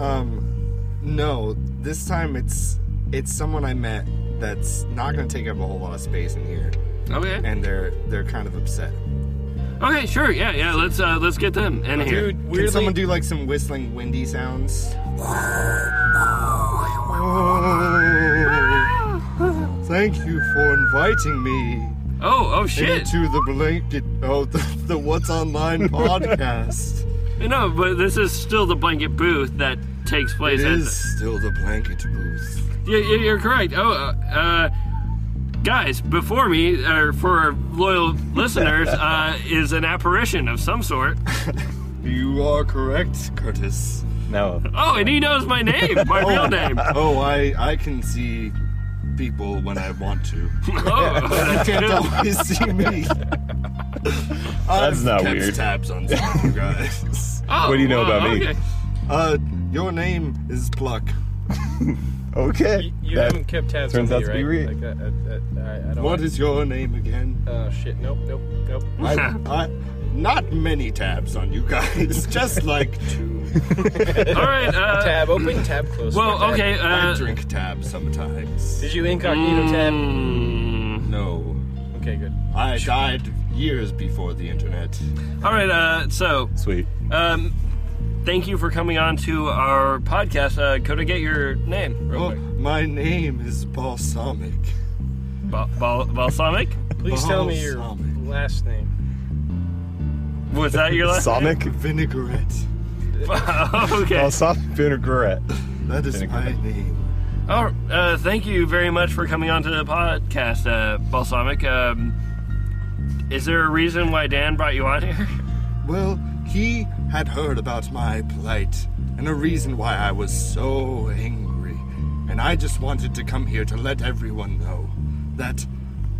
Speaker 4: Um, no, this time it's it's someone I met that's not going to take up a whole lot of space in here,
Speaker 2: Okay.
Speaker 4: and they're they're kind of upset.
Speaker 2: Okay. Sure. Yeah. Yeah. Let's uh, let's get them in here.
Speaker 1: Dude,
Speaker 4: Can
Speaker 1: weirdly,
Speaker 4: someone do like some whistling windy sounds? Thank you for inviting me
Speaker 2: Oh. Oh shit.
Speaker 4: into the blanket. Oh, the, the What's Online podcast.
Speaker 2: No, but this is still the blanket booth that takes
Speaker 4: it
Speaker 2: place. at
Speaker 4: is still the blanket booth.
Speaker 2: The, you, you- you're correct. Oh. Uh, uh, Guys, before me, or for our loyal listeners, uh, is an apparition of some sort.
Speaker 4: You are correct, Curtis.
Speaker 3: No.
Speaker 2: Oh, and he knows my name, my real name.
Speaker 4: Oh, I I can see people when I want to.
Speaker 2: Oh,
Speaker 4: You can't always see me. I've
Speaker 3: not
Speaker 4: kept
Speaker 3: weird.
Speaker 4: Tabs on some of you guys.
Speaker 2: oh,
Speaker 3: What do you know
Speaker 2: wow,
Speaker 3: about me?
Speaker 2: okay.
Speaker 4: Uh, your name is Pluck.
Speaker 3: Okay.
Speaker 1: you, you
Speaker 3: That-
Speaker 1: haven't kept tabs
Speaker 3: turns
Speaker 1: on me,
Speaker 3: out to
Speaker 1: right?
Speaker 3: be real.
Speaker 1: Like that, that, that, I, I don't
Speaker 4: What is your name again?
Speaker 1: Oh, shit. Nope, nope, nope.
Speaker 4: I, I, not many tabs on you guys. Just like two.
Speaker 2: All right. Uh,
Speaker 1: tab open, tab close.
Speaker 2: Well,
Speaker 1: Tab.
Speaker 2: okay.
Speaker 4: I
Speaker 2: Uh,
Speaker 4: drink tabs sometimes.
Speaker 1: Did you incognito tab?
Speaker 2: mm,
Speaker 4: No,
Speaker 1: Okay, good.
Speaker 4: I died years before the internet.
Speaker 2: all right. Uh, so,
Speaker 3: Sweet.
Speaker 2: um, thank you for coming on to our podcast. Uh, could I get your name? Real
Speaker 4: Oh,
Speaker 2: quick?
Speaker 4: My name is Balsamic.
Speaker 2: Ba- bal- balsamic?
Speaker 1: Please tell
Speaker 4: Oh,
Speaker 1: me your
Speaker 4: Balsamic.
Speaker 1: last name.
Speaker 2: Was that your last?
Speaker 3: Sonic?
Speaker 4: Vinaigrette.
Speaker 3: Oh,
Speaker 2: okay.
Speaker 3: Sonic vinaigrette.
Speaker 4: That is my name.
Speaker 2: Oh, uh, thank you very much for coming on to the podcast, uh, Balsamic. Um, is there a reason why Dan brought you on here?
Speaker 4: Well, he had heard about my plight and a reason why I was so angry. And I just wanted to come here to let everyone know that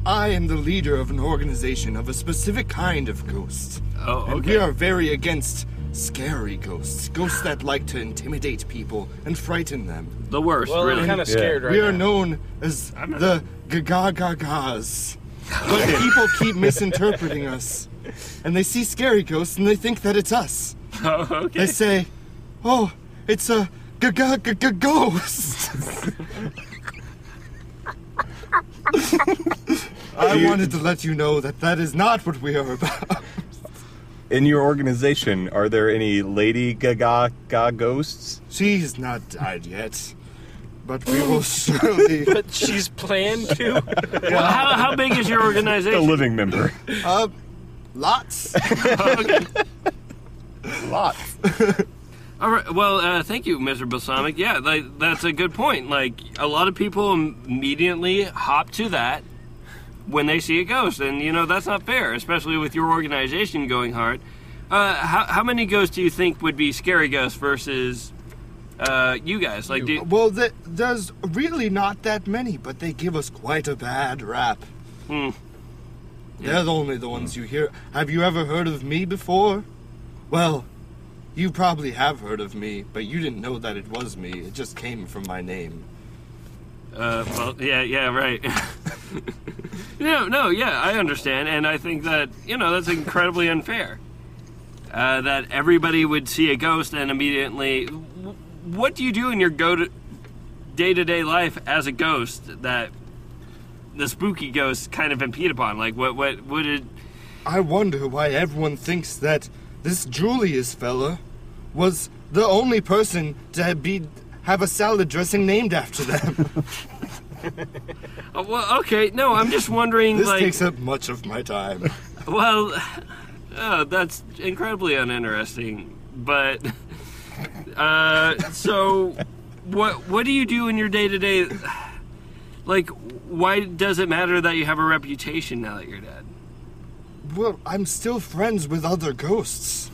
Speaker 4: I am the leader of an organization of a specific kind of ghost.
Speaker 2: Oh,
Speaker 4: And
Speaker 2: okay.
Speaker 4: we are very against scary ghosts, ghosts that like to intimidate people and frighten them.
Speaker 2: The worst,
Speaker 1: Well,
Speaker 2: really.
Speaker 1: I'm kind of scared right
Speaker 4: we are
Speaker 1: now.
Speaker 4: known as
Speaker 2: I'm not-
Speaker 4: the Gagagas. But people keep misinterpreting us. And they see scary ghosts and they think that it's us.
Speaker 2: Oh, okay.
Speaker 4: They say, oh, it's a Gagaga ghost. I wanted to let you know that that is not what we are about.
Speaker 3: In your organization, are there any Lady Gaga ga ghosts?
Speaker 4: She's not died yet. But we will surely.
Speaker 1: But she's planned to.
Speaker 2: Well, how, how big is your
Speaker 3: A
Speaker 2: organization?
Speaker 3: living member.
Speaker 4: Uh, lots.
Speaker 3: Lots.
Speaker 2: All right. Well, uh, thank you, Mr. Balsamic. Yeah, like, that's a good point. Like a lot of people immediately hop to that when they see a ghost, and you know that's not fair, especially with your organization going hard. Uh, how, how many ghosts do you think would be scary ghosts versus uh, you guys? Like, do,
Speaker 4: Well, th- there's really not that many, but they give us quite a bad rap. They're the only the ones you hear. Have you ever heard of me before? Well, you probably have heard of me, but you didn't know that it was me. It just came from my name.
Speaker 2: Uh, well, yeah, yeah, right. no, no, yeah, I understand, and I think that you know that's incredibly unfair. Uh, that everybody would see a ghost and immediately. wh- What do you do in your go to day to day life as a ghost that the spooky ghosts kind of impede upon? Like, what, what, what did?
Speaker 4: I wonder why everyone thinks that this Julius fella was the only person to be have a salad dressing named after them.
Speaker 2: Oh, well, okay, no, I'm just wondering.
Speaker 4: this
Speaker 2: like,
Speaker 4: takes up much of my time.
Speaker 2: Well, uh, that's incredibly uninteresting. But uh, so, what what do you do in your day to day? Like, why does it matter that you have a reputation now that you're dead?
Speaker 4: Well, I'm still friends with other ghosts.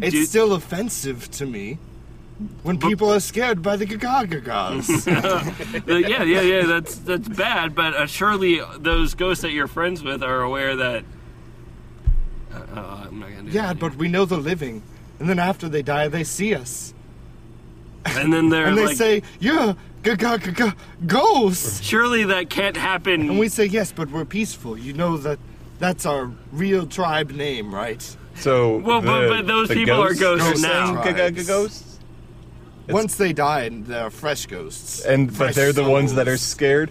Speaker 4: It's
Speaker 2: Do-
Speaker 4: still offensive to me when people are scared by the gagagagas.
Speaker 2: Uh, yeah, yeah, yeah. That's that's bad. But uh, surely those ghosts that you're friends with are aware that. Uh, uh, I'm not gonna do
Speaker 4: yeah,
Speaker 2: that.
Speaker 4: but we know the living. And then after they die, they see us.
Speaker 2: and then they're
Speaker 4: And they
Speaker 2: like,
Speaker 4: say, You're gagagaga ghost!
Speaker 2: surely that can't happen.
Speaker 4: And we say, Yes, but we're peaceful. You know that that's our real tribe name, right?
Speaker 3: So.
Speaker 2: Well, but-
Speaker 3: the-
Speaker 2: but those
Speaker 3: the
Speaker 2: people are ghosts
Speaker 3: ghosts
Speaker 2: now.
Speaker 3: and Gaga ga ghosts?
Speaker 4: Once they die, and they're fresh ghosts.
Speaker 3: And, but
Speaker 4: Fresh
Speaker 3: they're the ones that are
Speaker 4: souls.
Speaker 3: scared?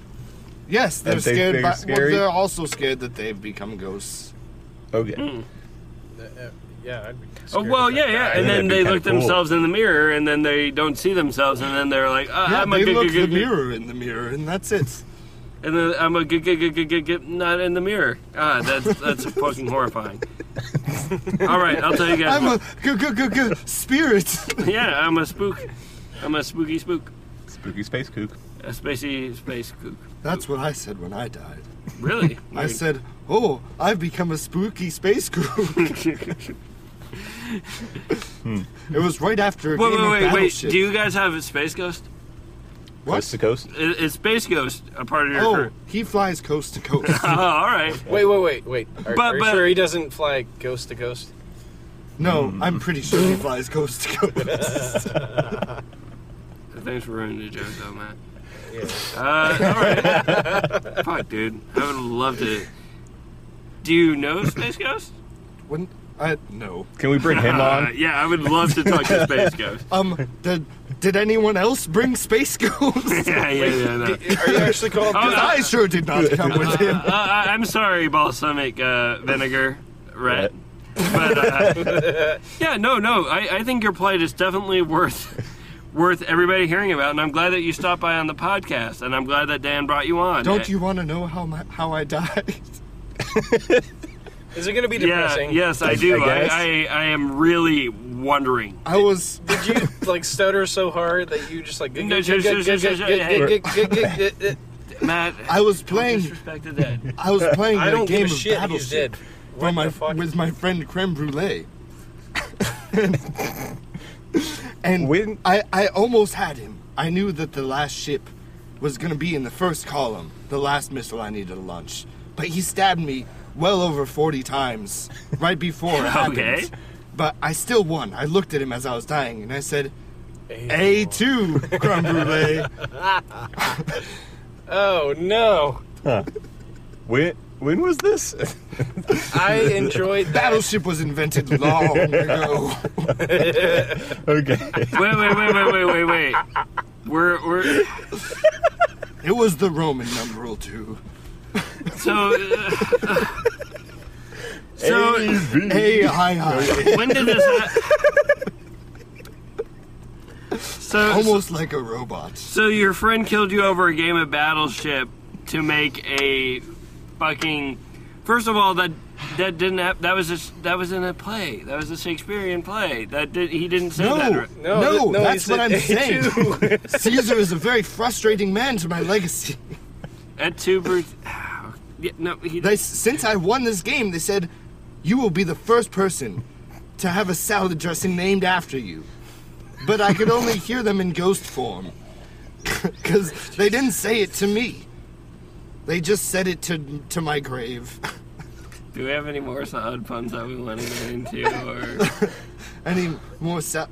Speaker 4: Yes, they're
Speaker 3: that they
Speaker 4: scared
Speaker 3: think
Speaker 4: by.
Speaker 3: are scary?
Speaker 4: Well, they're also scared that they've become ghosts.
Speaker 3: Okay.
Speaker 2: Hmm.
Speaker 1: Uh, uh, yeah, I'd be
Speaker 2: Oh
Speaker 1: scared
Speaker 2: well,
Speaker 1: if
Speaker 2: yeah,
Speaker 1: I
Speaker 2: yeah.
Speaker 1: died.
Speaker 2: And then
Speaker 3: that'd be
Speaker 2: they
Speaker 3: kinda
Speaker 2: look
Speaker 3: cool.
Speaker 2: themselves in the mirror, and then they don't see themselves, and then they're like, uh,
Speaker 4: Yeah,
Speaker 2: "I'm a
Speaker 4: they
Speaker 2: good,
Speaker 4: look
Speaker 2: good,
Speaker 4: the
Speaker 2: good, good,
Speaker 4: mirror in the mirror, and that's it.
Speaker 2: and then I'm a good, good, good, good, good, good, not in the mirror." Ah, that's that's fucking horrifying. All right, I'll tell you guys.
Speaker 4: I'm a g- g- g- g- spirit.
Speaker 2: yeah, I'm a spook. I'm a spooky spook.
Speaker 3: Spooky space kook.
Speaker 2: A spacey space kook.
Speaker 4: That's what I said when I died.
Speaker 2: Really?
Speaker 4: I said, "Oh, I've become a spooky space crew." it was right after a
Speaker 2: Wait,
Speaker 4: game
Speaker 2: wait, wait,
Speaker 4: of
Speaker 2: wait.
Speaker 4: Battleship.
Speaker 2: Do you guys have a space ghost?
Speaker 4: What?
Speaker 3: Coast to coast?
Speaker 2: Is, is space ghost a part of your
Speaker 4: Oh,
Speaker 2: crew?
Speaker 4: he flies coast to coast.
Speaker 2: Oh, all right.
Speaker 1: Wait, wait, wait, wait. Are, are
Speaker 2: But-
Speaker 1: you
Speaker 2: but-
Speaker 1: sure he doesn't fly ghost to ghost?
Speaker 4: no, I'm pretty sure he flies coast to coast.
Speaker 2: Thanks for ruining the joke, though, Matt.
Speaker 1: Yeah.
Speaker 2: Uh, all right. Fuck, dude. I would love to. Do you know Space Ghost?
Speaker 4: When I no.
Speaker 3: Can we bring him
Speaker 2: Uh,
Speaker 3: on?
Speaker 2: yeah, I would love to talk to Space Ghost.
Speaker 4: Um, did did anyone else bring space ghosts?
Speaker 2: Yeah, yeah, yeah. No.
Speaker 1: D- Are you actually called?
Speaker 2: Oh, no.
Speaker 4: I sure did not come with
Speaker 2: Uh,
Speaker 4: him.
Speaker 2: I, I'm sorry, balsamic uh, vinegar rat. But uh, yeah, no, no. I, I think your plight is definitely worth worth everybody hearing about, and I'm glad that you stopped by on the podcast, and I'm glad that Dan brought you on.
Speaker 4: Don't you want to know how my how I died?
Speaker 1: Is it going to be
Speaker 2: Yeah,
Speaker 1: depressing?
Speaker 2: yes, I
Speaker 3: I
Speaker 2: do. I,
Speaker 3: guess.
Speaker 2: I, I am really wondering.
Speaker 4: I was.
Speaker 1: Did you like stutter so hard that you just like
Speaker 2: No, just- just- just- Matt,
Speaker 4: I was playing.
Speaker 2: disrespected that.
Speaker 4: I was playing
Speaker 1: I
Speaker 4: a
Speaker 1: don't
Speaker 4: game
Speaker 1: give a
Speaker 4: of
Speaker 1: shit. He's
Speaker 4: Battleship
Speaker 1: dead.
Speaker 4: for my,
Speaker 1: the fuck?
Speaker 4: with my friend Creme Brulee. and
Speaker 3: When-
Speaker 4: I, I almost had him. I knew that the last ship was going to be in the first column, the last missile I needed to launch. But he stabbed me well over 40 times right before it happened.
Speaker 2: Okay.
Speaker 4: But I still won. I looked at him as I was dying and I said, A2, Creme Brulee.
Speaker 1: Oh no!
Speaker 3: When when was this?
Speaker 1: I enjoyed that.
Speaker 4: Battleship was invented long ago.
Speaker 3: okay.
Speaker 2: Wait, wait, wait, wait, wait, wait, wait. We're we're
Speaker 4: It was the Roman numeral two.
Speaker 2: so. uh, so
Speaker 4: Hey, hi, hi.
Speaker 2: when did this happen? So
Speaker 4: Almost like a robot.
Speaker 2: So your friend killed you over a game of Battleship to make a fucking. First of all, that that didn't hap that was just that was in a play. That was a Shakespearean play. That did, he didn't say
Speaker 4: No,
Speaker 2: that. right.
Speaker 1: No,
Speaker 4: no,
Speaker 1: th- no,
Speaker 4: that's
Speaker 1: he
Speaker 4: what I'm
Speaker 1: said
Speaker 4: saying.
Speaker 1: A2.
Speaker 4: Caesar is a very frustrating man to my legacy.
Speaker 2: At two per- yeah, no, he.
Speaker 4: They, since I won this game, they said, you will be the first person to have a salad dressing named after you. But I could only hear them in ghost form. Because they didn't say it to me. They just said it to, to my grave.
Speaker 2: do we have any more solid puns that we want to get into?
Speaker 4: Any more sa-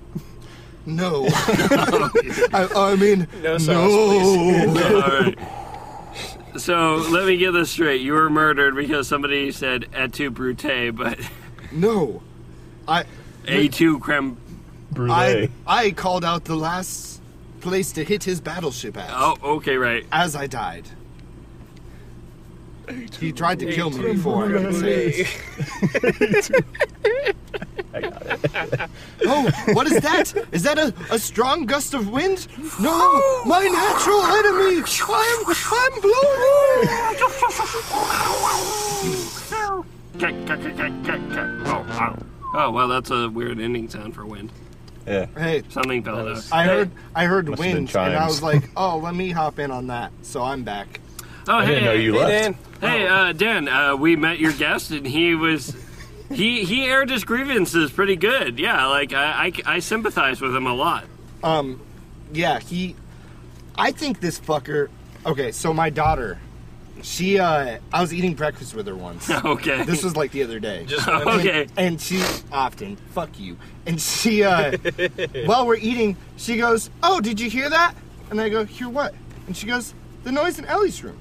Speaker 4: No. I, I mean,
Speaker 1: No sauce,
Speaker 4: no.
Speaker 2: Or all right. So let me get this straight. You were murdered because somebody said "et tu brute," but
Speaker 4: No. I
Speaker 2: "a tu creme."
Speaker 3: Brulee.
Speaker 4: I I called out the last place to hit his battleship at
Speaker 2: Oh, okay, right.
Speaker 4: as I died. He tried to kill me before I could say it. Oh, what is that? Is that a, a strong gust of wind? No, my natural enemy! I'm, I'm blown away!
Speaker 2: Oh well, that's a weird ending sound for wind.
Speaker 3: yeah.
Speaker 4: Hey,
Speaker 2: Something fell out.
Speaker 4: I heard I heard
Speaker 3: Must've been
Speaker 4: wind and I
Speaker 3: chimes.
Speaker 4: was like, oh, let me hop in on that. So I'm back.
Speaker 2: Oh
Speaker 3: I
Speaker 2: hey,
Speaker 3: didn't know you Oh.
Speaker 1: Hey,
Speaker 3: left.
Speaker 1: Dan.
Speaker 2: hey uh, Dan, uh, we met your guest and he was he he aired his grievances pretty good. Yeah, like I I, I sympathize with him a lot.
Speaker 4: Um, yeah, he. I think this fucker. Okay, so my daughter, she. uh I was eating breakfast with her once.
Speaker 3: Oh,
Speaker 2: Okay.
Speaker 4: This was like the other day.
Speaker 1: Just
Speaker 2: okay.
Speaker 4: and she often fuck you. And she, uh while we're eating, she goes, "Oh, did you hear that?" And I go, "Hear what?" And she goes, "The noise in Ellie's room."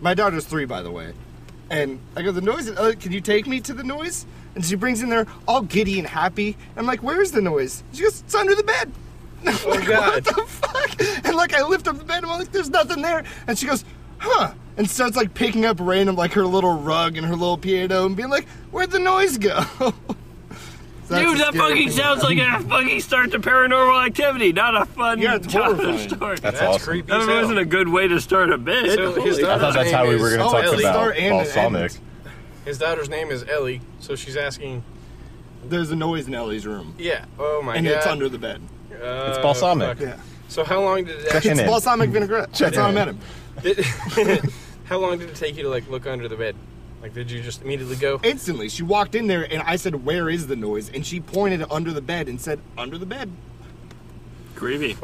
Speaker 4: My daughter's three, by the way. And I go, "The noise in Ellie, can you take me to the noise?" And she brings in there all giddy and happy. I'm like, "Where is the noise?" She goes, "It's under the bed." And I'm like,
Speaker 1: Oh, God.
Speaker 4: What the fuck? And like, I lift up the bed. and I'm like, "There's nothing there." And she goes, "Huh." And starts like picking up random like her little rug and her little piano and being like, "Where'd the noise go?" That's
Speaker 2: Dude,
Speaker 4: a
Speaker 2: that
Speaker 4: scary
Speaker 2: fucking
Speaker 4: thing.
Speaker 2: sounds like a fucking start to paranormal activity, not a fun
Speaker 4: Yeah, it's
Speaker 2: childhood
Speaker 4: horrifying.
Speaker 2: story.
Speaker 3: That's
Speaker 1: That's
Speaker 3: awesome.
Speaker 1: creepy.
Speaker 2: That
Speaker 1: as hell.
Speaker 2: wasn't a good way to start a bit.
Speaker 1: So his daughter's
Speaker 3: I thought that's how
Speaker 1: name
Speaker 3: we were
Speaker 1: is-
Speaker 3: going to
Speaker 4: Oh,
Speaker 3: talk
Speaker 4: Ellie. Start
Speaker 3: about
Speaker 4: and end.
Speaker 3: balsamic.
Speaker 1: His daughter's name is Ellie, so she's asking.
Speaker 4: There's a noise in Ellie's room,
Speaker 1: Yeah. Oh my
Speaker 4: and
Speaker 1: god.
Speaker 4: it's under the bed.
Speaker 1: Uh,
Speaker 3: It's balsamic.
Speaker 1: fuck.
Speaker 4: Yeah,
Speaker 1: So how long did it
Speaker 3: Check
Speaker 1: actually,
Speaker 3: in
Speaker 4: it's
Speaker 3: it.
Speaker 4: balsamic vinaigrette. That's how I met him.
Speaker 1: did, How long did it take you to like look under the bed? Like, did you just immediately go?
Speaker 4: Instantly, she walked in there, and I said, "Where is the noise?" And she pointed under the bed and said, "Under the bed."
Speaker 2: Creepy.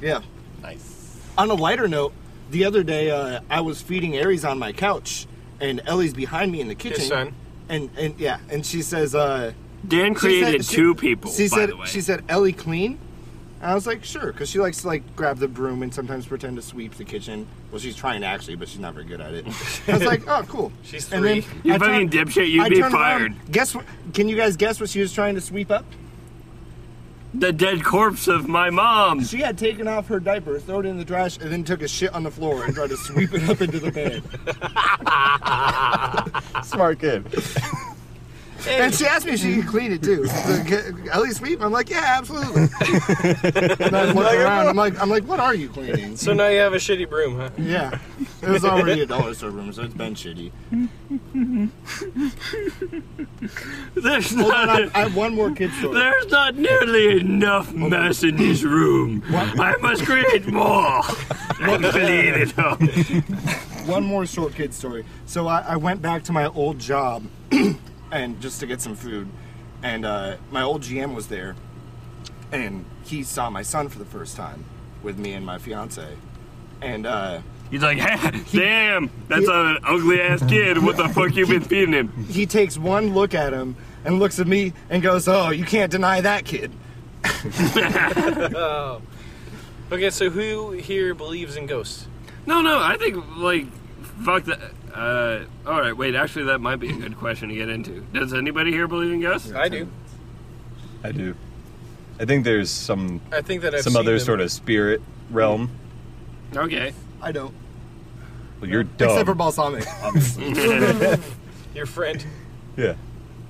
Speaker 4: Yeah.
Speaker 3: Nice.
Speaker 4: On a lighter note, the other day uh, I was feeding Aries on my couch, and Ellie's behind me in the kitchen.
Speaker 1: son.
Speaker 4: And and yeah, and she says, uh,
Speaker 2: Dan
Speaker 4: she said-
Speaker 2: created
Speaker 4: she-
Speaker 2: two people.
Speaker 4: She
Speaker 2: by
Speaker 4: said,
Speaker 2: the way.
Speaker 4: she said, Ellie clean. And I was like, sure, because she likes to like grab the broom and sometimes pretend to sweep the kitchen. Well, she's trying to actually, but she's not very good at it. I was like, oh, cool.
Speaker 1: She's
Speaker 4: And
Speaker 1: three.
Speaker 4: then
Speaker 2: You
Speaker 4: I
Speaker 2: fucking
Speaker 4: turn-
Speaker 2: dipshit, you'd
Speaker 4: I
Speaker 2: be
Speaker 4: turn around.
Speaker 2: fired.
Speaker 4: Guess what? Can you guys guess what she was trying to sweep up?
Speaker 2: the dead corpse of my mom.
Speaker 4: She had taken off her diaper, thrown it in the trash, and then took a shit on the floor and tried to sweep it up into the bed.
Speaker 3: Smart kid.
Speaker 4: And she asked me if she could clean it too. So, "Ca- At least sweep. I'm like, yeah, absolutely. and I'm looking around. I'm like, I'm like, what are you cleaning?
Speaker 1: So now you have a shitty broom, huh?
Speaker 4: Yeah, it was already a dollar store room, so it's been shitty.
Speaker 2: There's
Speaker 4: Hold on,
Speaker 2: not.
Speaker 4: I, I have one more kid story.
Speaker 2: There's not nearly enough mess in this room. I must create more. and clean it up.
Speaker 4: One more short kid story. So I, I went back to my old job, and just to get some food, and uh, my old GM was there, and he saw my son for the first time with me and my fiance, and uh,
Speaker 2: He's like, hey, damn, that's an ugly ass kid. What the fuck you been feeding him?
Speaker 4: he takes one look at him and looks at me and goes, "Oh, you can't deny that kid."
Speaker 1: Okay, so who here believes in ghosts?
Speaker 2: No, no, I think like, fuck that. Uh, all right, wait. Actually, that might be a good question to get into. Does anybody here believe in ghosts?
Speaker 1: I do.
Speaker 3: I do. I think there's some
Speaker 1: I think that I've
Speaker 3: some
Speaker 1: seen
Speaker 3: other
Speaker 1: them.
Speaker 3: sort of spirit realm.
Speaker 2: Okay.
Speaker 4: I don't,
Speaker 3: Well, you're dumb.
Speaker 4: except for balsamic.
Speaker 3: obviously.
Speaker 1: your friend.
Speaker 3: yeah,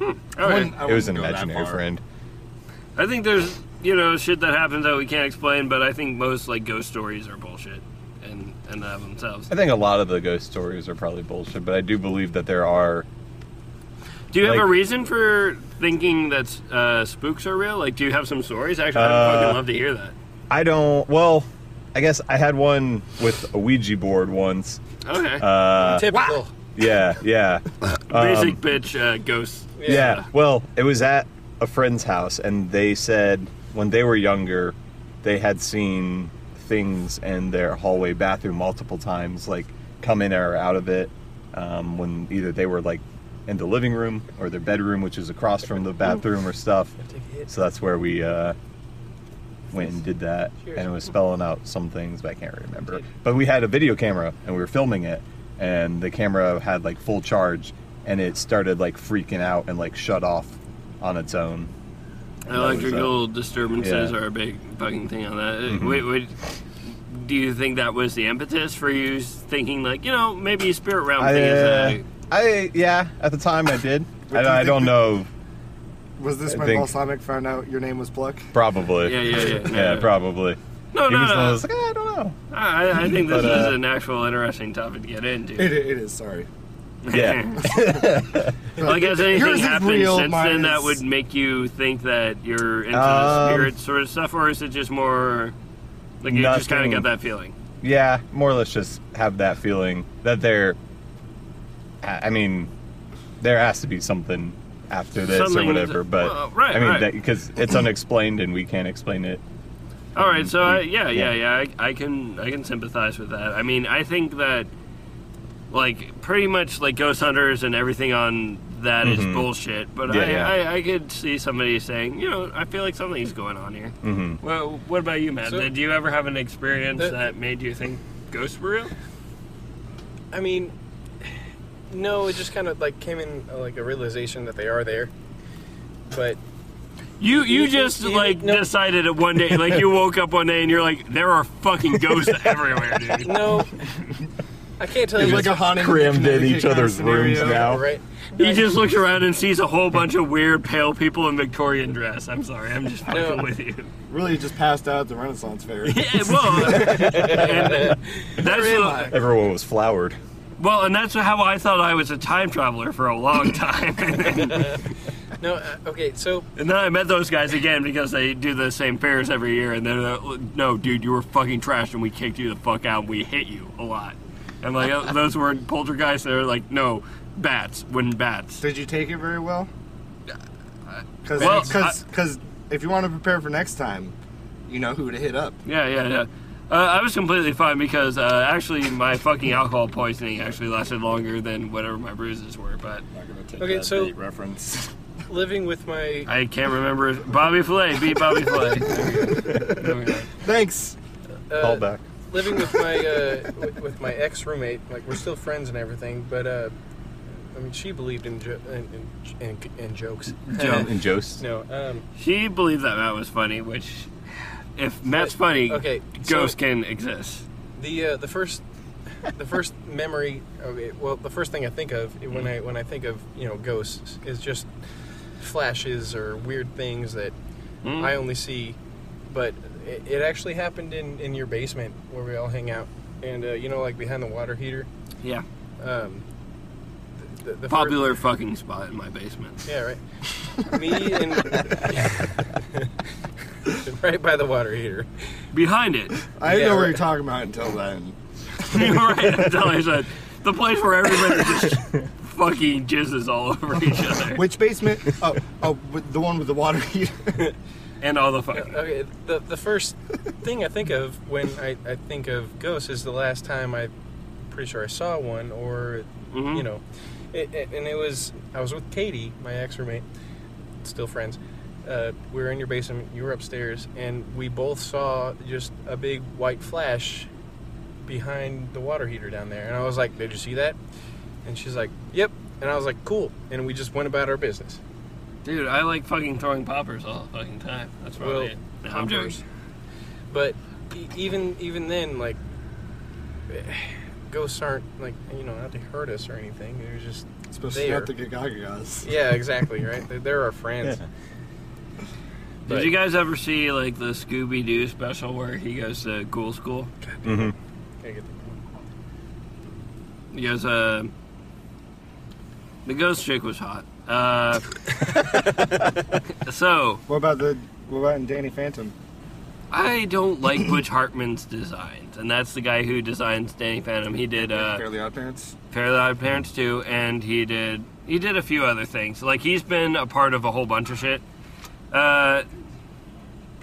Speaker 2: All right.
Speaker 4: I
Speaker 3: it was an
Speaker 4: wouldn't go that
Speaker 3: imaginary
Speaker 4: far.
Speaker 3: friend.
Speaker 2: I think there's you know shit that happens that we can't explain, but I think most like ghost stories are bullshit and and of themselves.
Speaker 3: I think a lot of the ghost stories are probably bullshit, but I do believe that there are.
Speaker 2: Do you have a
Speaker 3: Like-
Speaker 2: reason for thinking that uh, spooks are real? Like, do you have some stories? Actually, I'd
Speaker 3: Uh,
Speaker 2: fucking love to hear that.
Speaker 3: I don't. Well, I guess I had one with a Ouija board once.
Speaker 2: Okay.
Speaker 3: Uh, um,
Speaker 1: Typical.
Speaker 3: yeah, yeah.
Speaker 2: Basic bitch uh, ghost.
Speaker 3: Yeah. Well, it was at a friend's house, and they said when they were younger, they had seen things in their hallway bathroom multiple times, like come in or out of it, um, when either they were like in the living room or their bedroom, which is across from the bathroom or stuff.
Speaker 1: Take a hit.
Speaker 3: So that's where we uh, went and did that, and it was spelling out some things, but I can't remember. But we had a video camera, and we were filming it, and the camera had like full charge, and it started like freaking out and like shut off on its own.
Speaker 2: Electrical disturbances
Speaker 3: Yeah. Mm-hmm.
Speaker 2: are a big fucking thing on that. Uh, Wait, wait. Do you think that was the impetus for you s- thinking like you know maybe spirit realm
Speaker 3: I,
Speaker 2: thing
Speaker 3: uh,
Speaker 2: is
Speaker 3: I yeah, at the time I did.
Speaker 4: do
Speaker 3: I,
Speaker 4: you
Speaker 3: I
Speaker 4: think
Speaker 3: don't
Speaker 4: the-
Speaker 3: know,
Speaker 4: Was this
Speaker 3: I
Speaker 4: when
Speaker 3: think-
Speaker 4: balsamic found out your name was Pluck?
Speaker 2: a
Speaker 3: probably.
Speaker 2: yeah yeah yeah
Speaker 3: Yeah, probably.
Speaker 2: no
Speaker 3: He
Speaker 2: no
Speaker 3: was the one that
Speaker 2: no
Speaker 3: was like, "Ah, I don't know.
Speaker 2: I, I think this
Speaker 3: But, uh,
Speaker 2: is an actual interesting topic to get into.
Speaker 4: It, it is. Sorry.
Speaker 3: Yeah.
Speaker 2: like, has anything
Speaker 4: Yours is
Speaker 2: happened
Speaker 4: real,
Speaker 2: since
Speaker 4: mine
Speaker 2: then that
Speaker 4: is-
Speaker 2: would make you think that you're into the
Speaker 3: Um,
Speaker 2: spirit sort of stuff, or is it just more like you just kind
Speaker 3: Nothing.
Speaker 2: of got that feeling?
Speaker 3: yeah, more or less just have that feeling that there. I I mean, there has to be something after this
Speaker 2: Something
Speaker 3: or whatever,
Speaker 2: that-
Speaker 3: but
Speaker 2: well, right,
Speaker 3: I mean,
Speaker 2: right.
Speaker 3: because it's unexplained and we can't explain it.
Speaker 2: All right, so I, yeah, yeah,
Speaker 3: Yeah.
Speaker 2: yeah, I, I can I can sympathize with that. I mean, I think that like pretty much like ghost hunters and everything on that is bullshit. But
Speaker 3: Yeah,
Speaker 2: I,
Speaker 3: yeah.
Speaker 2: I, I could see somebody saying, you know, I feel like something's going on here. Mm-hmm. Well, what about you, Matt?
Speaker 1: So-
Speaker 2: Did you ever have an experience
Speaker 1: That-
Speaker 2: that made you think ghosts were real?
Speaker 1: I mean, no, it just kind of like came in uh, like a realization that they are there. But
Speaker 2: You you
Speaker 1: You-
Speaker 2: just
Speaker 1: you-
Speaker 2: like
Speaker 1: no.
Speaker 2: decided it one day, like you woke up one day and you're like, there are fucking ghosts everywhere, dude.
Speaker 1: no, I can't tell
Speaker 4: It's
Speaker 1: you.
Speaker 4: like a haunted
Speaker 3: Crammed in each
Speaker 4: Connecticut kind of
Speaker 3: other's rooms
Speaker 4: scenario.
Speaker 3: now.
Speaker 1: right?
Speaker 2: He just looks around and sees a whole bunch of weird pale people in Victorian dress. I'm sorry, I'm just fucking
Speaker 1: No.
Speaker 2: with you.
Speaker 4: Really, just passed out at the Renaissance fair.
Speaker 2: Yeah, well, and that's
Speaker 4: Where am
Speaker 2: the-
Speaker 4: I?
Speaker 3: Everyone was flowered.
Speaker 2: well, and that's how I thought I was a time traveler for a long time, and then,
Speaker 1: No, uh, okay, so
Speaker 2: and then I met those guys again because they do the same fairs every year, and they're like, no, dude, you were fucking trash, and we kicked you the fuck out, and we hit you a lot, and like uh, those were poltergeists. They're like, no, bats, when bats.
Speaker 4: Did you take it very well? Because
Speaker 2: Well,
Speaker 4: if you want to prepare for next time, you know who to hit up.
Speaker 2: Yeah, yeah, yeah. Uh, I was completely fine because uh, actually my fucking alcohol poisoning actually lasted longer than whatever my bruises were, but
Speaker 4: Not gonna take
Speaker 1: Okay, that so- date
Speaker 4: reference.
Speaker 1: living with my
Speaker 2: I can't remember. Bobby Flay beat Bobby Flay. There we go. There we go.
Speaker 4: Thanks.
Speaker 1: uh,
Speaker 3: Call back.
Speaker 1: living with my uh, with, with my ex roommate, like we're still friends and everything, but uh, I mean, she believed in jo- in, in, in, in jokes.
Speaker 2: Joke.
Speaker 3: And Jost.
Speaker 1: no, um,
Speaker 2: She believed that Matt was funny, which if Matt's funny,
Speaker 1: okay, so-
Speaker 2: ghosts can exist.
Speaker 1: the uh, the first the first memory of it, well, the first thing I think of when I when I think of you know ghosts is just flashes or weird things that I only see. But it, it actually happened in in your basement where we all hang out, and uh, you know, like behind the water heater.
Speaker 2: Yeah.
Speaker 1: Um, the, the, the fir-
Speaker 2: Popular fucking spot in my basement.
Speaker 1: yeah, right. Me and right by the water heater.
Speaker 2: Behind it.
Speaker 4: I didn't
Speaker 1: Yeah,
Speaker 4: know what
Speaker 1: right.
Speaker 4: you're talking about until then.
Speaker 2: right until I said the place where everybody just fucking jizzes all over each other.
Speaker 4: Which basement? oh, oh, with the one with the water heater.
Speaker 2: and all the fucking
Speaker 1: Okay, the, the first thing I think of when I, I think of ghosts is the last time I, pretty sure I saw one, or
Speaker 2: Mhm.
Speaker 1: you know, it, it- and it was I was with Katie, my ex roommate, still friends. Uh, we were in your basement, you were upstairs, and we both saw just a big white flash behind the water heater down there, and I was like, "Did you see that?" And she's like, "Yep," and I was like, "Cool," and we just went about our business.
Speaker 2: dude. I like fucking throwing poppers all the fucking time. That's probably
Speaker 1: Well,
Speaker 2: it. No, I'm joking.
Speaker 1: poppers. But e- even even then, like eh, ghosts aren't like you know not to hurt us or anything. They're just
Speaker 4: Especially
Speaker 1: They are.
Speaker 4: not the Gagagas.
Speaker 1: yeah, exactly right. They're, they're our friends.
Speaker 3: Yeah.
Speaker 2: Did you guys ever see like the Scooby Doo special where he goes to ghoul school?
Speaker 3: hmm
Speaker 1: Gotta get the-
Speaker 2: He goes, uh, the ghost chick was hot. Uh, so
Speaker 4: What about the? What about in Danny Phantom?
Speaker 2: I don't like Butch Hartman's designs, and that's the guy who designs Danny Phantom. He did uh,
Speaker 4: Fairly Odd Parents.
Speaker 2: Fairly Odd Parents too, and he did he did a few other things. Like he's been a part of a whole bunch of shit. Uh,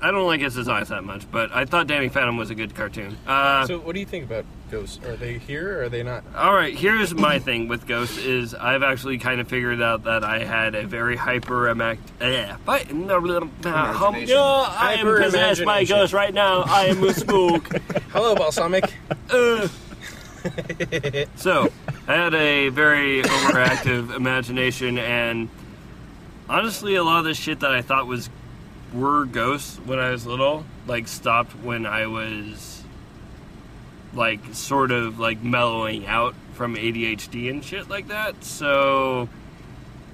Speaker 2: I don't like his designs that much, but I thought Danny Phantom was a good cartoon. Uh,
Speaker 1: So what do you think about ghosts? Are they here or are they not?
Speaker 2: all right, here's my thing with ghosts is I've actually kind of figured out that I had a very hyper amac- eh, but no, no, no, hum-
Speaker 4: Imagination.
Speaker 2: Yeah, I am possessed by a
Speaker 1: Hyper-imagination.
Speaker 2: ghost right now. I am a spook.
Speaker 1: Hello, balsamic.
Speaker 2: Uh. so, I had a very overactive imagination, and honestly, a lot of the shit that I thought was were ghosts when I was little, like stopped when I was like sort of like mellowing out from ADHD and shit like that. So.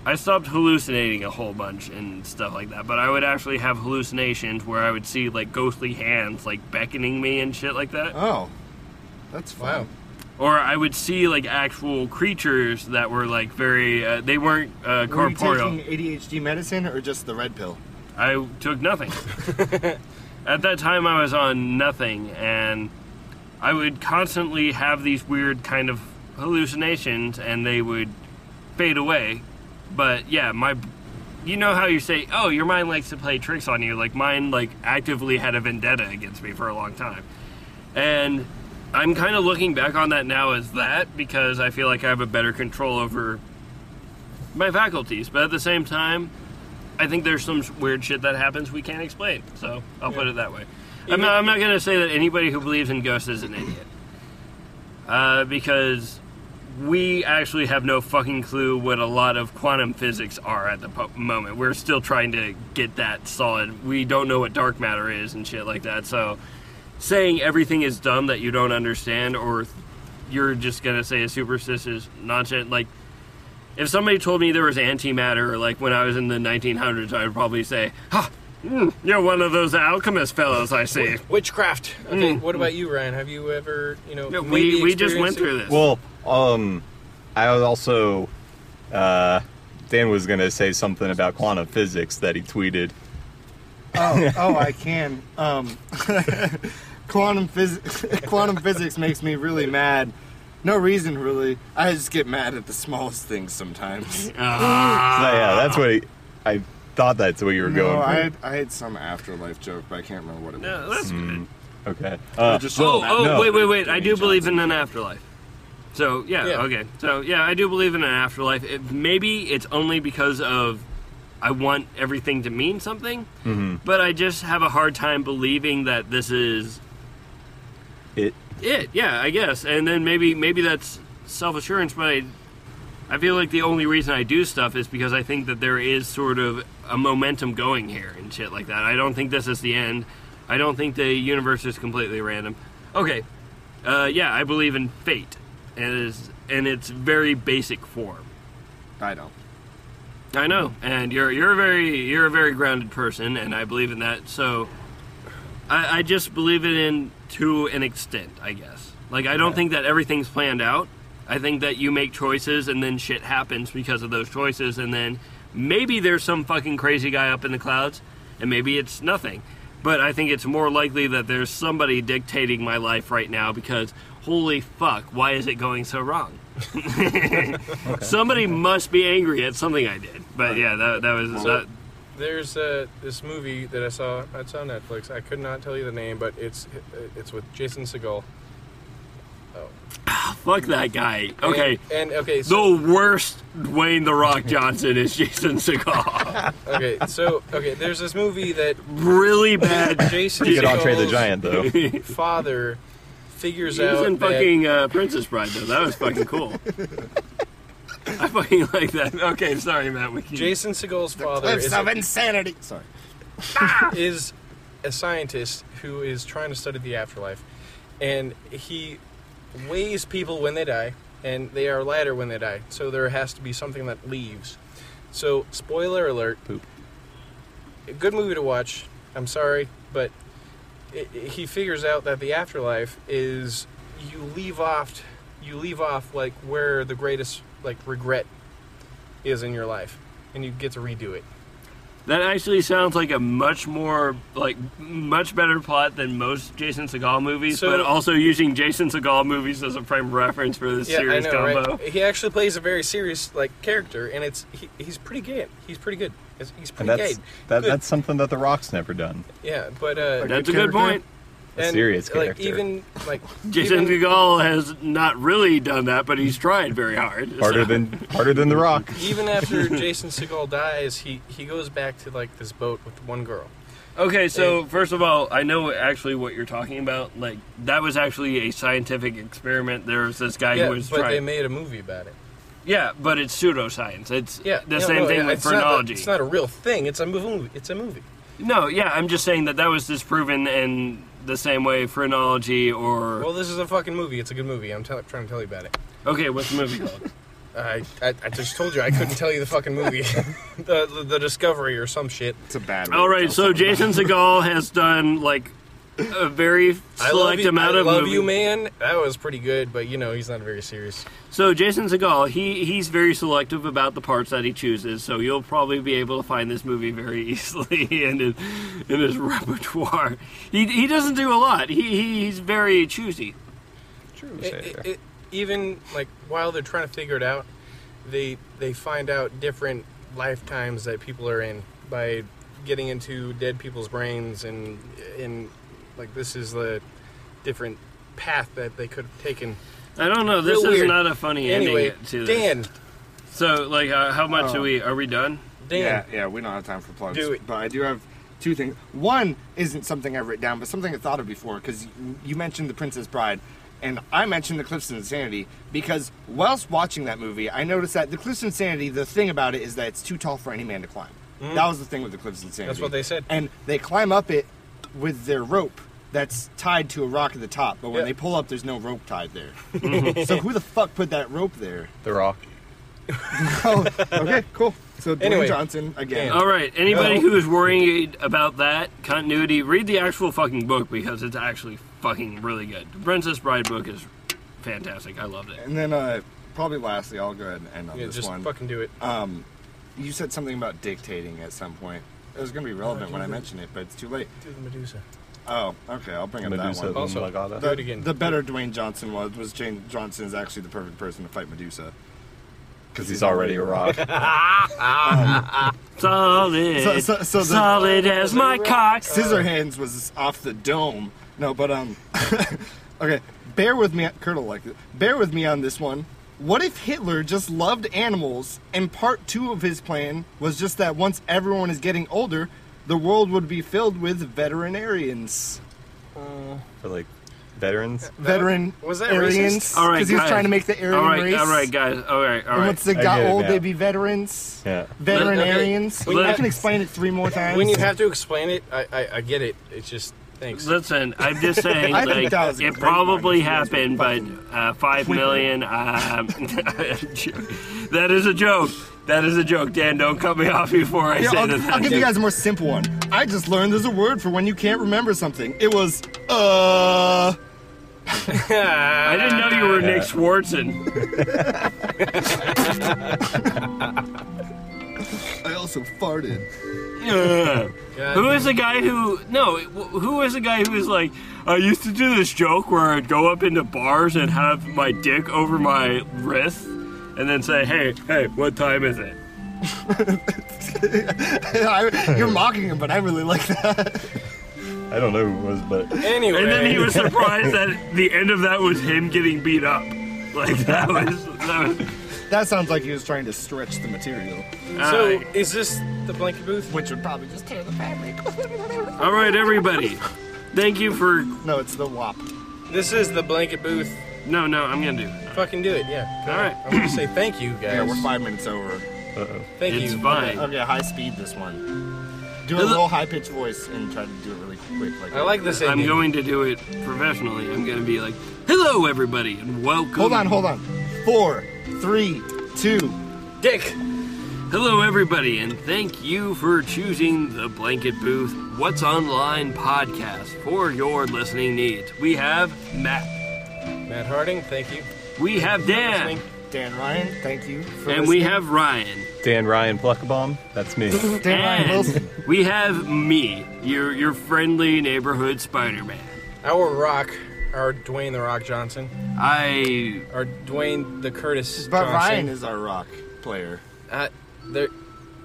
Speaker 2: I stopped hallucinating a whole bunch and stuff like that, but I would actually have hallucinations where I would see like ghostly hands like beckoning me and shit like that
Speaker 4: Oh, that's fun.
Speaker 1: Wow.
Speaker 2: or I would see like actual creatures that were like very uh, they weren't uh,
Speaker 4: Were you
Speaker 2: corporeal.
Speaker 4: taking ADHD medicine or just the red pill?
Speaker 2: I took nothing. At that time, I was on nothing, and I would constantly have these weird kind of hallucinations, and they would fade away. But yeah, my, you know how you say, oh, your mind likes to play tricks on you. Like mine, like actively had a vendetta against me for a long time, and I'm kind of looking back on that now as that because I feel like I have a better control over my faculties. But at the same time, I think there's some weird shit that happens we can't explain. So I'll put it that way. I'm not, I'm not going to say that anybody who believes in ghosts is an idiot. Uh, because we actually have no fucking clue what a lot of quantum physics are at the po- moment. We're still trying to get that solid. We don't know what dark matter is and shit like that. So saying everything is dumb that you don't understand or th- you're just going to say a superstitious nonsense like if somebody told me there was antimatter, like when I was in the 1900s, I would probably say, "Ha, mm, you're one of those alchemist fellows I see."
Speaker 1: Witchcraft. Okay. What about you, Ryan? Have you ever you know?
Speaker 2: hmm. Yeah, we
Speaker 1: maybe
Speaker 2: we just
Speaker 1: experienced
Speaker 2: went
Speaker 1: it?
Speaker 2: through this.
Speaker 3: Well, um, I was also uh, Dan was gonna say something about quantum physics that he tweeted.
Speaker 4: Oh, oh, I can. Um, quantum physics. quantum physics makes me really mad. No reason, really. I just get mad at the smallest things sometimes.
Speaker 2: Ah.
Speaker 3: So, yeah, that's what he, I thought. That's what you were
Speaker 4: No,
Speaker 3: going
Speaker 4: I
Speaker 3: for.
Speaker 4: had, I had some afterlife joke, but I can't remember what it was.
Speaker 2: No, that's good.
Speaker 3: Okay. Uh,
Speaker 4: Just
Speaker 2: Oh,
Speaker 4: that-
Speaker 2: oh,
Speaker 3: Hmm. No.
Speaker 2: wait, wait, wait! I
Speaker 4: Jimmy
Speaker 2: do believe in
Speaker 4: Johnson.
Speaker 2: an afterlife. So yeah,
Speaker 1: Yeah.
Speaker 2: okay. So yeah, I do believe in an afterlife. It, maybe it's only because of I want everything to mean something,
Speaker 3: Mm-hmm.
Speaker 2: but I just have a hard time believing that this is
Speaker 3: it.
Speaker 2: it yeah i guess and then maybe maybe that's self-assurance but I, I feel like the only reason i do stuff is because i think that there is sort of a momentum going here and shit like that i don't think this is the end i don't think the universe is completely random okay Uh, yeah, I believe in fate, and it's in its very basic form.
Speaker 4: I don't.
Speaker 2: I know, and you're you're a very you're a very grounded person, and I believe in that. So, I, I just believe it in to an extent, I guess. Like I don't think that everything's planned out. I think that you make choices, and then shit happens because of those choices, and then maybe there's some fucking crazy guy up in the clouds, and maybe it's nothing. But I think it's more likely that there's somebody dictating my life right now because holy fuck, why is it going so wrong? Somebody must be angry at something I did. But yeah, that, that was that,
Speaker 1: There's uh, this movie that I saw. It's on Netflix. I could not tell you the name, but it's it's with Jason Segel.
Speaker 2: fuck that guy. Okay.
Speaker 1: And, and okay, so
Speaker 2: The worst Dwayne the Rock Johnson is Jason Segal.
Speaker 1: okay, so okay, there's this movie that
Speaker 2: really bad.
Speaker 1: Jason
Speaker 3: You could Entree the
Speaker 1: Segel's
Speaker 3: Giant, though.
Speaker 1: father figures
Speaker 2: He was
Speaker 1: out
Speaker 2: in
Speaker 1: that-
Speaker 2: fucking uh, Princess Bride though. That was fucking cool. I fucking like that. Okay, sorry, Matt. We can...
Speaker 1: Jason Segel's father
Speaker 4: Cliffs
Speaker 1: is
Speaker 4: of
Speaker 1: a,
Speaker 4: insanity. Sorry.
Speaker 1: is a scientist who is trying to study the afterlife, and he weighs people when they die, and they are lighter when they die. So there has to be something that leaves. So spoiler alert.
Speaker 3: Poop.
Speaker 1: A good movie to watch. I'm sorry, but it, it- he figures out that the afterlife is you leave off you leave off like where the greatest like regret is in your life and you get to redo it
Speaker 2: That actually sounds like a much more like much better plot than most Jason Segal movies,
Speaker 1: So-
Speaker 2: but also using Jason Segal movies as a prime reference for this serious combo.
Speaker 1: Right? He actually plays a very serious like character, and it's he, he's pretty gay. He's pretty good. He's, he's
Speaker 3: And
Speaker 1: pretty
Speaker 3: that's
Speaker 1: gay.
Speaker 3: that,
Speaker 1: Good.
Speaker 3: that's something that The Rock's never done.
Speaker 1: yeah, but uh,
Speaker 2: That's
Speaker 4: good
Speaker 2: a good
Speaker 4: character.
Speaker 2: point.
Speaker 3: A
Speaker 1: and,
Speaker 3: serious
Speaker 1: like,
Speaker 3: character.
Speaker 1: Even like
Speaker 2: Jason
Speaker 1: even,
Speaker 2: Segal has not really done that, but he's tried very hard.
Speaker 3: Harder
Speaker 2: So-
Speaker 3: than harder than The Rock.
Speaker 1: even after Jason Segal dies, he he goes back to like this boat with one girl.
Speaker 2: Okay, so first of all, I know actually what you're talking about. Like that was actually a scientific experiment. There was this guy
Speaker 1: yeah,
Speaker 2: who was
Speaker 1: but they
Speaker 2: trying.
Speaker 1: made a movie about it.
Speaker 2: yeah, but it's pseudoscience. It's
Speaker 1: Yeah,
Speaker 2: the
Speaker 1: no,
Speaker 2: same
Speaker 1: no,
Speaker 2: thing
Speaker 1: yeah,
Speaker 2: with
Speaker 1: it's Not,
Speaker 2: phrenology.
Speaker 1: a- it's not a real thing. It's a movie. It's a movie.
Speaker 2: No, yeah, I'm just saying that that was disproven in the same way phrenology or
Speaker 1: Well, this is a fucking movie. It's a good movie. I'm tell trying to tell you about it.
Speaker 2: okay, what's the movie called?
Speaker 1: I, I, I just told you I couldn't tell you the fucking movie, the, the the Discovery or some shit.
Speaker 4: It's a bad. way
Speaker 2: All
Speaker 4: to
Speaker 2: right,
Speaker 4: tell
Speaker 2: so
Speaker 4: someone.
Speaker 2: Jason Segal has done like a very
Speaker 1: I love
Speaker 2: select
Speaker 1: you,
Speaker 2: amount
Speaker 1: I
Speaker 2: of
Speaker 1: love
Speaker 2: movies.
Speaker 1: you, man. That was pretty good, but you know he's not very serious.
Speaker 2: So Jason Segal, he he's very selective about the parts that he chooses. So you'll probably be able to find this movie very easily in his, in his repertoire. He he doesn't do a lot. He, he he's very choosy.
Speaker 3: True.
Speaker 1: It- it- it- even like while they're trying to figure it out, they they find out different lifetimes that people are in by getting into dead people's brains and and like this is the different path that they could have taken.
Speaker 2: I don't know. This
Speaker 1: Real
Speaker 2: is
Speaker 1: weird.
Speaker 2: not a funny
Speaker 1: Anyway,
Speaker 2: ending to this.
Speaker 1: Dan, Oh.
Speaker 2: So like, uh, how much are we are we done?
Speaker 1: Dan,
Speaker 4: Yeah, yeah, we don't have time for plugs.
Speaker 1: Do it.
Speaker 4: But I do have two things. One isn't something I've written down, but something I thought of before, because you mentioned The Princess Bride, and I mentioned The Cliffs of Insanity, because whilst watching that movie, I noticed that The Cliffs of Insanity, the thing about it is that it's too tall for any man to climb. That was the thing with The Cliffs of Insanity.
Speaker 1: Mm-hmm. That's what they said.
Speaker 4: And they climb up it with their rope that's tied to a rock at the top, but when
Speaker 1: Yeah.
Speaker 4: they pull up, there's no rope tied there. so who the fuck put that rope there?
Speaker 3: The Rock.
Speaker 4: Oh, okay, cool. So Dwayne
Speaker 1: Anyway. Um,
Speaker 4: Johnson again.
Speaker 1: Yeah.
Speaker 2: All right. Anybody
Speaker 4: No.
Speaker 2: who is worrying about that continuity, read the actual fucking book because it's actually fucking really good. The Princess Bride book is fantastic. I loved it.
Speaker 4: And then, uh, probably lastly, I'll go ahead and end on
Speaker 1: yeah,
Speaker 4: this
Speaker 1: just
Speaker 4: one.
Speaker 1: fucking do it.
Speaker 4: You said something about dictating at some point. It was going to be relevant when I mentioned it, but it's too late.
Speaker 1: do the Medusa.
Speaker 4: Oh, okay, I'll bring up
Speaker 3: Medusa.
Speaker 4: that one.
Speaker 1: Also,
Speaker 3: Umlagada.
Speaker 1: Oh, do it again.
Speaker 4: The better Dwayne Johnson was, was Jane Johnson is actually the perfect person to fight Medusa.
Speaker 3: Because he's already a rock.
Speaker 2: Solid,
Speaker 4: So- so- so the-
Speaker 2: solid as my cock.
Speaker 4: Scissorhands was off the dome. No, but, um, okay, bear with me, Curdle like it. Bear with me on this one. What if Hitler just loved animals and part two of his plan was just that once everyone is getting older, the world would be filled with veterinarians?
Speaker 3: For like veterans.
Speaker 4: veteran
Speaker 1: was that
Speaker 4: Aryans.
Speaker 1: racist?
Speaker 2: All right,
Speaker 4: because he was
Speaker 2: guys.
Speaker 4: trying to make the Aryan
Speaker 2: all right,
Speaker 4: race.
Speaker 2: All right, guys. All right, all
Speaker 4: And
Speaker 2: right.
Speaker 4: once they
Speaker 3: I
Speaker 4: got
Speaker 3: get it
Speaker 4: old,
Speaker 3: now.
Speaker 4: they'd be veterans.
Speaker 3: Yeah.
Speaker 4: Veterinarians.
Speaker 1: When you
Speaker 4: I
Speaker 1: have-
Speaker 4: can explain it three more times.
Speaker 1: when you have to explain it, I, I, I get it. It's just Thanks.
Speaker 2: Listen, I'm just saying,
Speaker 4: I think
Speaker 2: like,
Speaker 4: that was a
Speaker 2: it
Speaker 4: great
Speaker 2: probably
Speaker 4: podcast.
Speaker 2: happened, but uh, five million. Um, that is a joke. That is a joke, Dan. Don't cut me off before I
Speaker 4: Yeah,
Speaker 2: say
Speaker 4: I'll,
Speaker 2: the
Speaker 4: I'll
Speaker 2: thing.
Speaker 4: give you guys a more simple one. I just learned there's a word for when you can't remember something. It was uh.
Speaker 2: I didn't know you were Nick Swartzen.
Speaker 4: I also farted.
Speaker 2: Ugh.
Speaker 1: God,
Speaker 2: Who is the guy who? No, wh- who is the guy who is like? I used to do this joke where I'd go up into bars and have my dick over my wrist, and then say, "Hey, hey, what time is it?"
Speaker 4: I- You're mocking him, but I really like that.
Speaker 3: I don't know who it was, but
Speaker 1: Anyway,
Speaker 2: And then he was surprised that the end of that was him getting beat up. Like that was that was.
Speaker 4: That sounds like he was trying to stretch the material,
Speaker 1: so
Speaker 2: Alright.
Speaker 1: is this the blanket booth?
Speaker 4: which would probably just tear the fabric.
Speaker 2: all right, everybody. Thank you for.
Speaker 4: no, it's the wop.
Speaker 1: This is the blanket booth.
Speaker 2: No, no, I'm gonna do. It.
Speaker 1: Fucking do it, yeah.
Speaker 2: All right.
Speaker 1: I'm gonna say thank you, guys.
Speaker 4: Yeah, we're five minutes over.
Speaker 3: uh-oh.
Speaker 1: Thank
Speaker 2: It's
Speaker 1: you.
Speaker 2: fine.
Speaker 4: Okay, high speed this one. Do a low high pitched voice and try to do it really quick. Like
Speaker 1: I like this
Speaker 2: I'm
Speaker 1: ending.
Speaker 2: going to do it professionally. I'm gonna be like, "Hello, everybody, and welcome."
Speaker 4: Hold on, hold on. Four, three, two.
Speaker 1: Dick.
Speaker 2: Hello, everybody, and thank you for choosing the Blanket Booth What's Online podcast for your listening needs. We have Matt,
Speaker 1: Matt Harding, thank you.
Speaker 2: we have Dan,
Speaker 4: Dan Ryan, thank you. For
Speaker 2: and we
Speaker 4: listening.
Speaker 2: have Ryan,
Speaker 3: Dan Ryan Pluckabaum, that's me.
Speaker 4: Dan Ryan Wilson.
Speaker 2: and we have me, your your friendly neighborhood Spider Man.
Speaker 1: Our rock, our Dwayne the Rock Johnson,
Speaker 2: I
Speaker 1: our Dwayne the Curtis.
Speaker 4: But
Speaker 1: Johnson.
Speaker 4: Ryan is our rock player,
Speaker 1: Uh, there,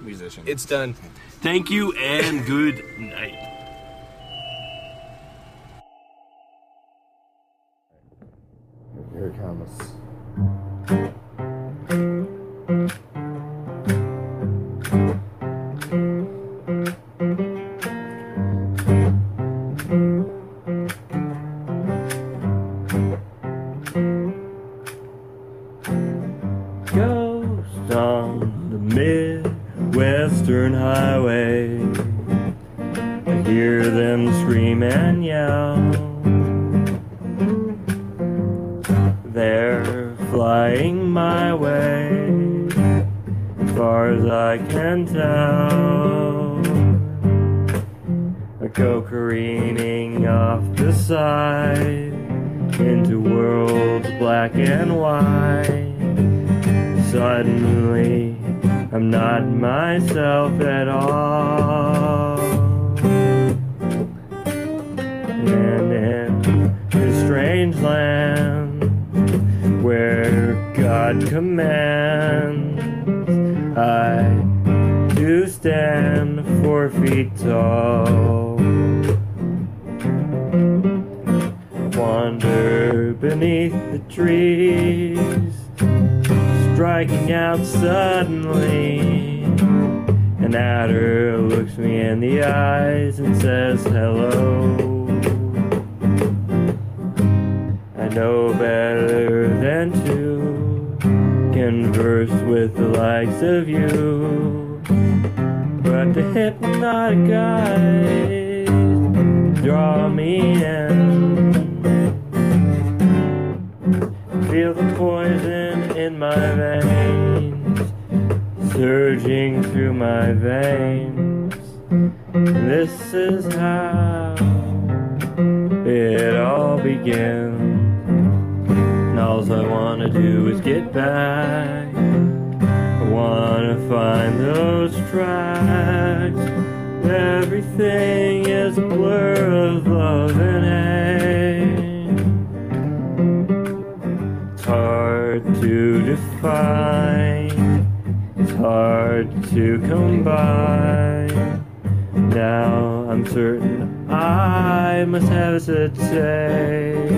Speaker 4: musician.
Speaker 1: it's done.
Speaker 2: thank you and good night.
Speaker 5: Here it comes.
Speaker 6: Ghost on the Midwestern Highway. I hear them scream and yell. They're flying my way, as far as I can tell. I go careening off the side into worlds black and white. Suddenly, I'm not myself at all. And in this strange land where God commands, I do stand four feet tall wander beneath the trees, striking out suddenly. An adder looks me in the eyes and says hello. I know better than to converse with the likes of you, but the hypnotic eyes draw me in. Feel the poison in my veins, surging through my veins. This is how it all begins. And all I wanna do is get back. I wanna find those tracks. Everything is a blur of love and hate. It's hard to define, it's hard to combine. Now I'm certain I must hesitate.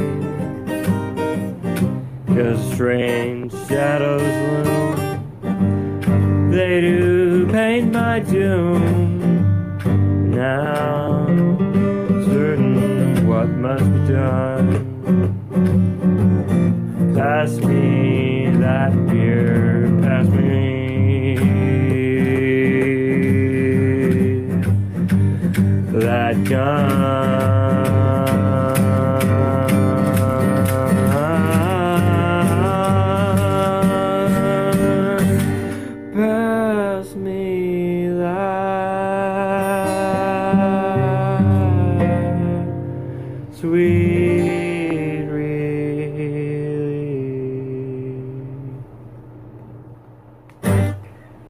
Speaker 6: Cause strange shadows loom. They do paint my doom. Now, certain what must be done. Pass me that beer, pass me that gun. sweet.